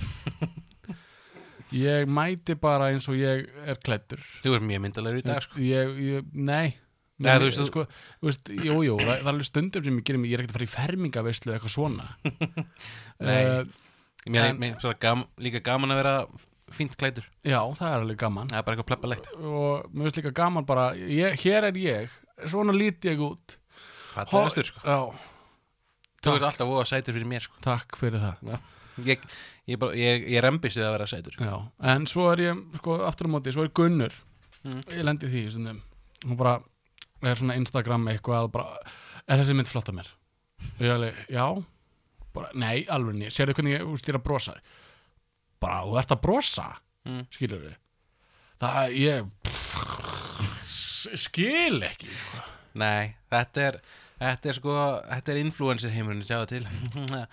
S2: ég mæti bara eins og ég er klættur
S1: þú er mjög myndalegur í dag sko.
S2: ég, ég, nei
S1: Nei, þú veist, þú-
S2: sko, þú veist, jú, jú, það, það er alveg stundum sem ég gerir mig, ég er ekkert að fara í fermingaveislu eða eitthvað svona
S1: Nei.
S2: Eh,
S1: ég meina,
S2: en-
S1: mér, svona, gam, líka gaman að vera fínt klætur,
S2: já, það er alveg gaman
S1: það er bara eitthvað pleppalegt
S2: og mér finnst líka gaman bara ég, hér er ég, svona líti ég út
S1: fallegastur sko,
S2: já,
S1: þú ert alltaf óa sætur fyrir mér sko,
S2: takk fyrir það
S1: ég, ég, bara, ég, ég rembist við að vera sætur
S2: já. en svo er ég, sko, aftur á móti svo er Gunnur,
S1: Mm.
S2: ég lendi í því stundum. hún bara er svona Instagram eitthvað, bara, er þessi mynd flott að mér og ég alveg, já bara, nei, alveg ný, sérðu hvernig ég úst, ég er að brosa bara, þú ert að brosa
S1: Mm.
S2: skilur við það, ég skil ekki sko.
S1: Nei, þetta er Þetta er sko, þetta er influencer heimurinn sjáðu til,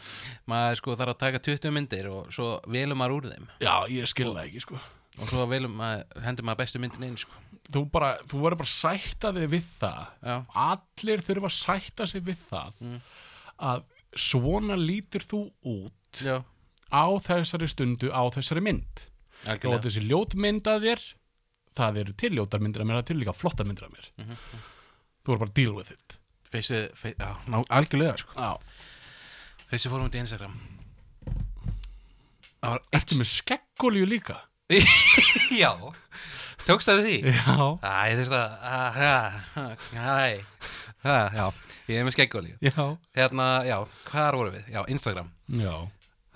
S1: maður sko þarf að taka 20 myndir og svo velum maður úr þeim
S2: já, ég skil það ekki, sko
S1: og svo velum maður, hendur maður bestu myndin inn sko,
S2: þú bara, þú verður bara að sætta þig við það
S1: já,
S2: allir þurfa að sætta sig við það að svona lítur þú út
S1: já,
S2: á þessari stundu, á þessari mynd þú átt
S1: algjörlega
S2: þessi ljótmynd að þér það eru til ljótarmyndir að mér, það eru til líka flottarmyndir að mér þú verður bara að deal with it
S1: Fyrstu, fyr, já, ná, algjörlega sko
S2: já.
S1: Fyrstu fórum út í Instagram Það var eitt
S2: ertu með skeggolju líka
S1: Já, tókst það því?
S2: já,
S1: Æ, þetta Æ, hæ Já, ég er með skeggóli
S2: já,
S1: Hérna, já, hvar vorum við? Já, Instagram
S2: já,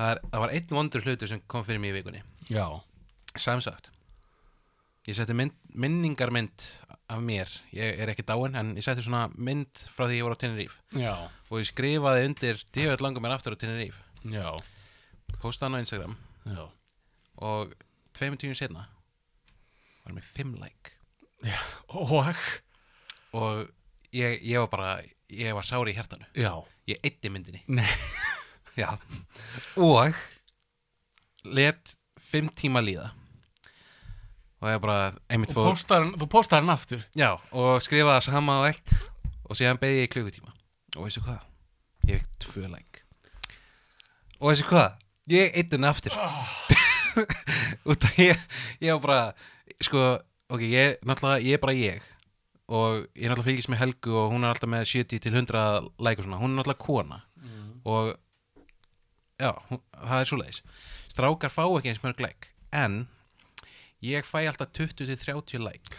S1: Það, er, það var einn vondur hlutur sem kom fyrir mig í vikunni
S2: já.
S1: Samsagt Ég setti mynd, minningarmynd af mér Ég er ekki dáin en ég setti svona mynd frá því ég var á Tenerife
S2: já.
S1: og ég skrifaði undir djöfell langar mér aftur á Tenerife
S2: já.
S1: Postaði hann á Instagram
S2: já.
S1: og tveimur tíum setna var mér fimm like
S2: og
S1: og ég, ég var bara ég var sár í hjartanu
S2: já,
S1: ég eitti myndinni
S2: nei
S1: Já. og let fimm tíma líða og ég bara einmitt
S2: Þú
S1: fór
S2: postar hann- þú postar hann aftur
S1: Já, og skrifaði sama og eitt og síðan beði ég í klukkutíma og veistu hvað? Ég fekk tvö læk og veistu hvað? Ég eitt henni aftur út af ég ég var bara, sko ok, ég, náttúrulega, ég er bara ég og ég náttúrulega fylgist með Helgu og hún er alltaf með 70 til 100 læk og svona hún er náttúrulega kona og já, hún, það er svo leiðis strákar fá ekki eins mörg læk en ég fæ alltaf 20 til 30 læk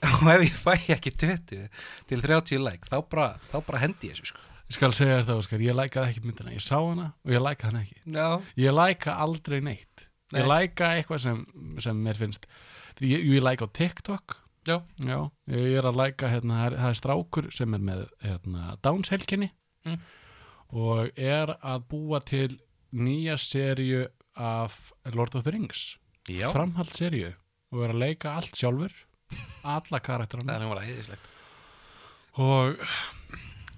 S1: og ef ég fæ ekki 20 til 30 like þá bara, þá bara hendi ég þessu sko
S2: Ég skal segja þér það, Óskar, ég lækaði ekki myndina. Ég sá hana og ég lækaði hana ekki.
S1: Já,
S2: Ég læka aldrei neitt. Ég
S1: Nei.
S2: læka eitthvað sem, sem mér finnst. Því Ég, jú, ég læka á TikTok,
S1: já,
S2: já. Ég er að læka, hérna, það er- það er strákur sem er með hérna, Downs-helginni
S1: Mm.
S2: og er að búa til nýja serju af Lord of the Rings.
S1: já.
S2: Framhaldsserju og er að leika allt sjálfur, alla
S1: það
S2: karakterana.
S1: er nú bara heiðislegt
S2: og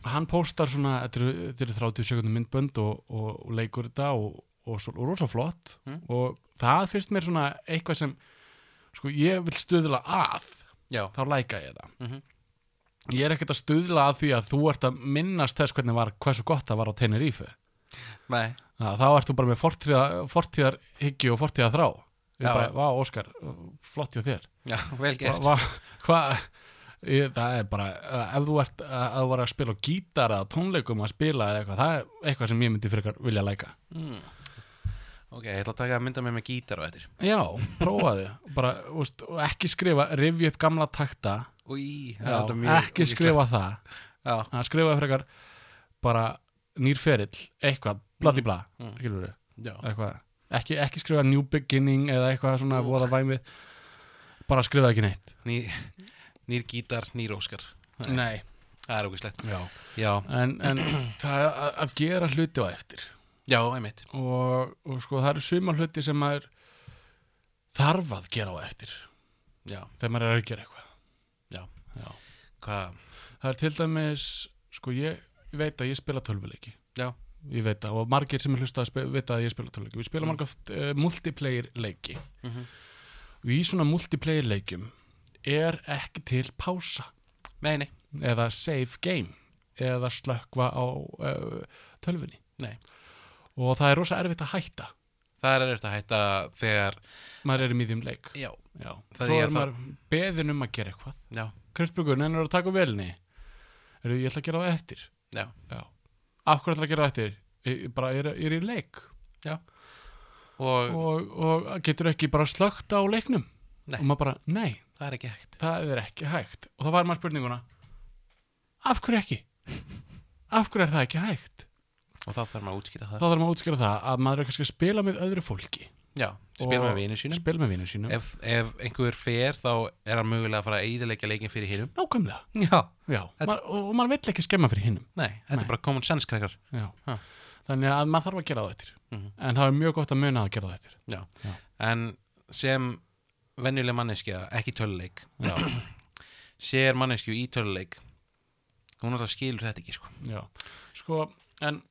S2: hann póstar svona þetta eru- þetta eru 30 sekundum myndbönd og, og, og leikur þetta og, og, svo, og rosa flott
S1: Mm.
S2: og það finnst mér svona eitthvað sem sko ég vil stuðla að
S1: Já,
S2: þá læka ég það
S1: Mhm.
S2: ég er ekkert að stuðla að því að þú ert að minnast þess hvernig var hversu gott það var á Tenerife
S1: nei,
S2: Það, þá ert þú bara með fortíða- fortíðarhyggju og fortíðar þrá ég
S1: Já.
S2: bara, vá Óskar, flott hjá þér
S1: já, vel
S2: Va-
S1: gert
S2: va- Hvað ég- Það er bara, eh, ef þú ert eh, að vera að spila á gítar eða tónleikum að spila eða eitthvað, það er eitthvað sem ég myndi frekar vilja læka.
S1: mm. Ok, ég ætla að taka að mynda með með gítar og eftir
S2: Já, prófaðu, bara, úst, og ekki skrifa, rifja upp gamla takta,
S1: Új, það er
S2: já,
S1: alltaf mjög
S2: ekki
S1: ógeðslegt.
S2: skrifa það,
S1: Já,
S2: að skrifa frekar bara nýrferill, eitthvað, bladi bla,
S1: Mm.
S2: skilur við,
S1: já,
S2: eitthvað, ekki, ekki skrifa new beginning eða eitthvað svona
S1: Úff.
S2: voða væmið, bara skrifa ekki neitt.
S1: Ný, nýr gítar, nýr óskar Nei.
S2: Nei,
S1: Það er okkur slett
S2: já,
S1: Já,
S2: en, en það er að- að gera hluti á eftir.
S1: já, einmitt
S2: og, og sko það eru suma hluti sem maður þarf að gera á eftir
S1: Já,
S2: þegar maður er að gera eitthvað
S1: hvað,
S2: það er til dæmis sko ég, ég veit að ég spila tölvuleiki
S1: Já.
S2: ég veit að, og margir sem er hlustað spe- vita að ég spila tölvuleiki við spila
S1: Mm.
S2: mm. marga uh, multiplayer leiki
S1: Mm
S2: og í svona multiplayer leikjum er ekki til pása
S1: Nei, nei.
S2: eða save game eða slökva á uh, tölvunni
S1: Nei.
S2: og það er rosa erfitt að hætta
S1: Það er erfitt að hætta þegar,
S2: maður er í miðjum leik
S1: já,
S2: Já.
S1: Það
S2: svo
S1: er ég
S2: er
S1: að
S2: maður beðin um að gera eitthvað
S1: já,
S2: Kristbjörgur, nennir að taka úr velni Eru, ég ætla að gera það eftir
S1: Já.
S2: Já. Af hverju ætla að gera það eftir? Ég, ég bara, ég er, ég er í leik
S1: og
S2: og, og getur ekki bara slögt á leiknum
S1: Nei.
S2: og maður bara, nei,
S1: það er ekki hægt.
S2: það er ekki hægt og þá var maður spurninguna af hverju ekki? af hverju er það ekki hægt?
S1: Og þá þarf maður að útskýra
S2: þá
S1: það.
S2: þarf maður að útskýra það að maður er kannski að spila með öðru fólki
S1: Já, spila
S2: Og-
S1: með vinnu sínum.
S2: spila með vinnu sínum
S1: Ef, ef einhver fer, þá er hann mögulega að fara að eidilegja leikin fyrir hinnum.
S2: nákvæmlega,
S1: Já.
S2: já,
S1: Þetta-
S2: maður, og, og maður vill ekki skemma fyrir hinnum
S1: Nei, þetta
S2: Nei.
S1: er bara common sense, krakkar.
S2: Já.
S1: Ha.
S2: Þannig að maður þarf að gera það eftir
S1: Mhm.
S2: En það er mjög gott að muna að gera það eftir
S1: En sem venjuleg manneskja, ekki töluleik,
S2: Já,
S1: sér manneskju í töluleik, hún alltaf skilur þetta ekki, sko.
S2: já Sko, en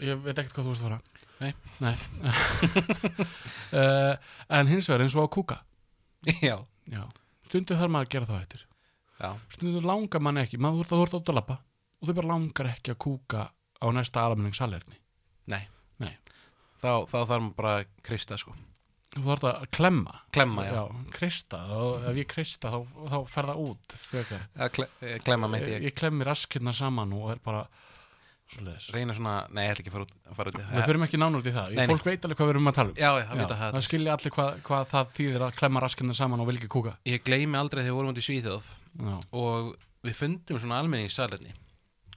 S2: ég veit ekkert hvað þú veist að fara
S1: Nei.
S2: Nei. Eh, En hins vegar eins og að kúka
S1: já.
S2: Já Stundu þarf maður að gera það eftir
S1: Já,
S2: Stundu langar mann ekki, maður þú ert út að labba Og þú bara langar ekki að kúka á næsta alamenning salerni
S1: nei.
S2: Nei.
S1: Þá, þá þarf maður bara að krista, sko.
S2: Þú þarf að klemma
S1: Klemma, já.
S2: krista, og ef ég krista þá, þá fer það út frekar.
S1: já. Kle, eh, klemma meinti
S2: ég,
S1: ég.
S2: ég klemmi raskirnar saman og er bara Svoleiðis.
S1: Reyna svona, nei, ég ætla ekki að fara út, að fara út í
S2: Við
S1: það.
S2: förum ekki nánur út í það,
S1: Nei, nei.
S2: fólk veit alveg hvað við erum að tala um
S1: Já, já, það
S2: Já,
S1: vita það. sko-
S2: það skilja allir hvað, hvað það þýðir að klemma raskirnar saman og vilja ekki kúka
S1: Ég gleymi aldrei þegar við vorum út í Svíþjóð
S2: Já,
S1: og við fundum svona almenning í salerni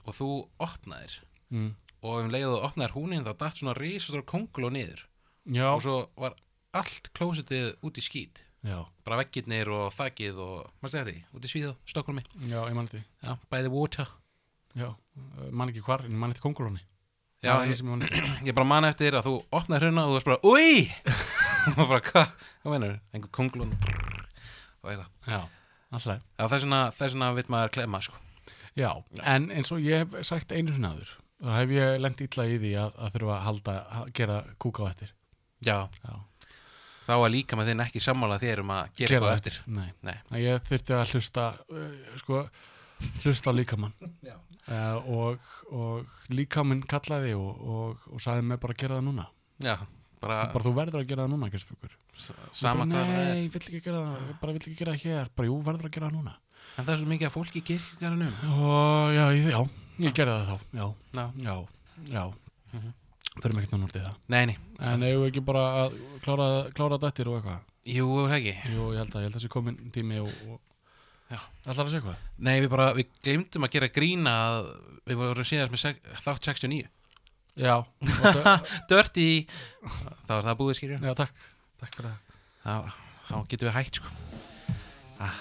S1: og þú opnaðir
S2: mm.
S1: og um leiðu þú opnaðir húnin þá datt svona risastór konguló niður
S2: já,
S1: og svo var allt klósitið út í skít
S2: já,
S1: bara veggirnir og þakið og maður stæði þetta, út í Svíþjóð, Stokkólmi
S2: já, ég man þetta
S1: já, bæði water
S2: Já, eh, man ekki hvar, en ég man þetta kongulóni
S1: já,
S2: ég,
S1: ég,
S2: sem ég man eftir.
S1: ég bara man eftir að þú opnaðir hruna og þú varst bara, úi og maður bara, hvað, hvað meinar einhver konguló og eitthvað
S2: já, alltaf
S1: Já, þess vegna, þess vegna vill maður klemma, sko.
S2: já, en eins og ég hef sagt einu sinni aður þá hef ég lent illa í því að, að þurfa að halda, að gera kúka á eftir
S1: Já,
S2: Já,
S1: þá var líka með þinn ekki sammála þér um að gera
S2: það
S1: eitthvað eftir.
S2: Nei,
S1: Nei.
S2: ég þurfti að hlusta eh, sko, hlusta á líkamann
S1: Já.
S2: uh, og, og líkamann kallaði og, og, og sagði mér bara að gera það núna
S1: Já, bara,
S2: bara þú verður að gera það núna Kristbjörgur
S1: sama
S2: bara,
S1: hvað það er
S2: nei, ég vill ekki gera það, ég bara vill ekki gera það hér bara jú, verður að gera það núna
S1: en það er svo mikið að fólki í kirkjarnum
S2: og já, ég, já, ég gerði það þá já,
S1: Já. Mhm.
S2: já, já þurfum ekkert náttúrulega til það
S1: nei, nei,
S2: en eigum við ekki bara að klára, klára dættir og eitthvað
S1: jú, er það ekki
S2: jú, ég held að, ég held að þessi komin tími og, og
S1: Já.
S2: ætlar að segja eitthvað
S1: nei, við bara, við glemdum að gera grína að við vorum síðast með sek, þátt 69
S2: já, og,
S1: Dirty, þá er það búið skýrja
S2: já, takk takk fyrir það
S1: þá, þá getum við hætt, sko ah,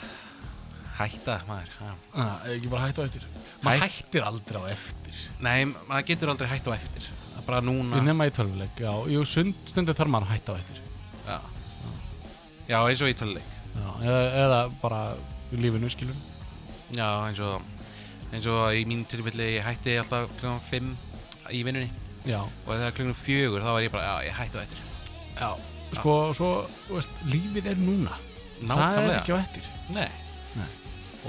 S1: hætta, maður ah.
S2: Ah, ekki bara hættu á eftir
S1: Hæ-
S2: maður hættir aldrei á eftir
S1: nei, maður getur aldrei hætt á eftir Það er bara
S2: ég
S1: núna
S2: nema í tölvuleik, já, jú, sund- stundu þarf maður að hætta á eftir
S1: já. já, eins og í töluleik
S2: Já, eða, eða bara í lífinu, skilur
S1: já, eins og eins og í mínu tilfelli, ég hætti alltaf klukkan 5 í vinnunni
S2: Já,
S1: og þegar klukkan 4 þá var ég bara, já, ég hætti á eftir
S2: já Sko, svo, þú veist, lífið er núna Það er
S1: nákvæmlega
S2: ekki á eftir
S1: Nei.
S2: Nei.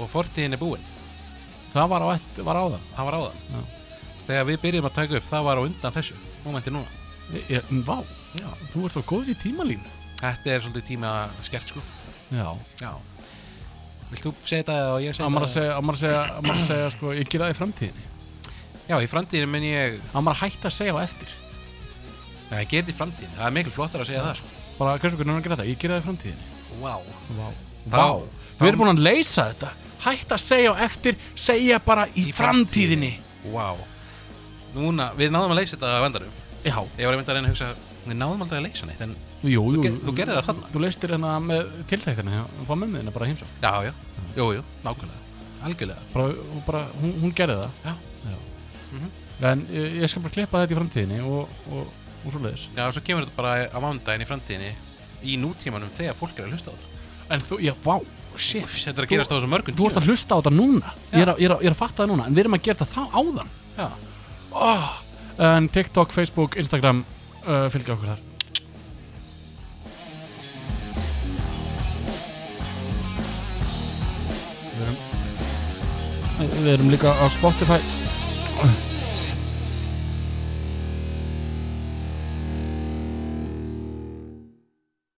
S1: Og fortíðin er búin,
S2: Það var á, eftir, var á það
S1: það var áðan.
S2: Já.
S1: Þegar við byrjum að taka upp, það var á undan þessu, mómenti núna.
S2: ég, ég, en Vá,
S1: Já.
S2: þú ert þá góður í tímalínu
S1: Þetta er svolítið tíma skert sko.
S2: Já,
S1: Já. Vilt þú segja þetta eða ég segja
S2: á maður að
S1: þetta?
S2: segja, á maður að segja, á maður að segja sko, ég gera það í framtíðinni
S1: Já, í framtíðinu mun ég,
S2: Á maður að hætta að segja á eftir
S1: já, ég gerði í framtíðinu, það er miklu flottar að segja það sko.
S2: Bara, hversu hvernig er að gera það, ég gera það í framtíðinni
S1: Vá.
S2: Vá,
S1: Þá-
S2: vá.
S1: þá-
S2: Við erum búin að leysa þetta Hætta að segja á eftir, segja bara í,
S1: Í
S2: framtíðinni.
S1: framtíðinni. Vá. Núna, við náðum að leysa þetta að vendarum.
S2: Já,
S1: Ég var einmitt að reyna að hugsa, við náðum aldrei að leysa neitt, en
S2: Jú, jú,
S1: ger- þú gerðir það þarna.
S2: Þú leistir hérna með tiltæktinni og fá mömmuðina bara heimsá
S1: já, já,
S2: Mm.
S1: jú, jú, nákvæmlega, algjörlega.
S2: bara, og bara, hún, hún gerði það
S1: Já.
S2: Já.
S1: Mhm.
S2: En eh, ég, ég skal bara klippa þetta í framtíðinni og, og, og svo leiðis
S1: Já, svo kemur þetta bara á mándaginn í framtíðinni, í nútímanum þegar fólk er að hlusta á þetta.
S2: En þú, já, vá, shit
S1: Þetta er að gerast á þessu mörgum
S2: Þú ert að hlusta á þetta núna ég er, að, ég, er að, ég er að fatta það núna En við erum að gera þetta þá áðan
S1: Já.
S2: oh, En TikTok, Facebook, Instagram uh, Fylgja okkur þar Við erum Við erum líka á Spotify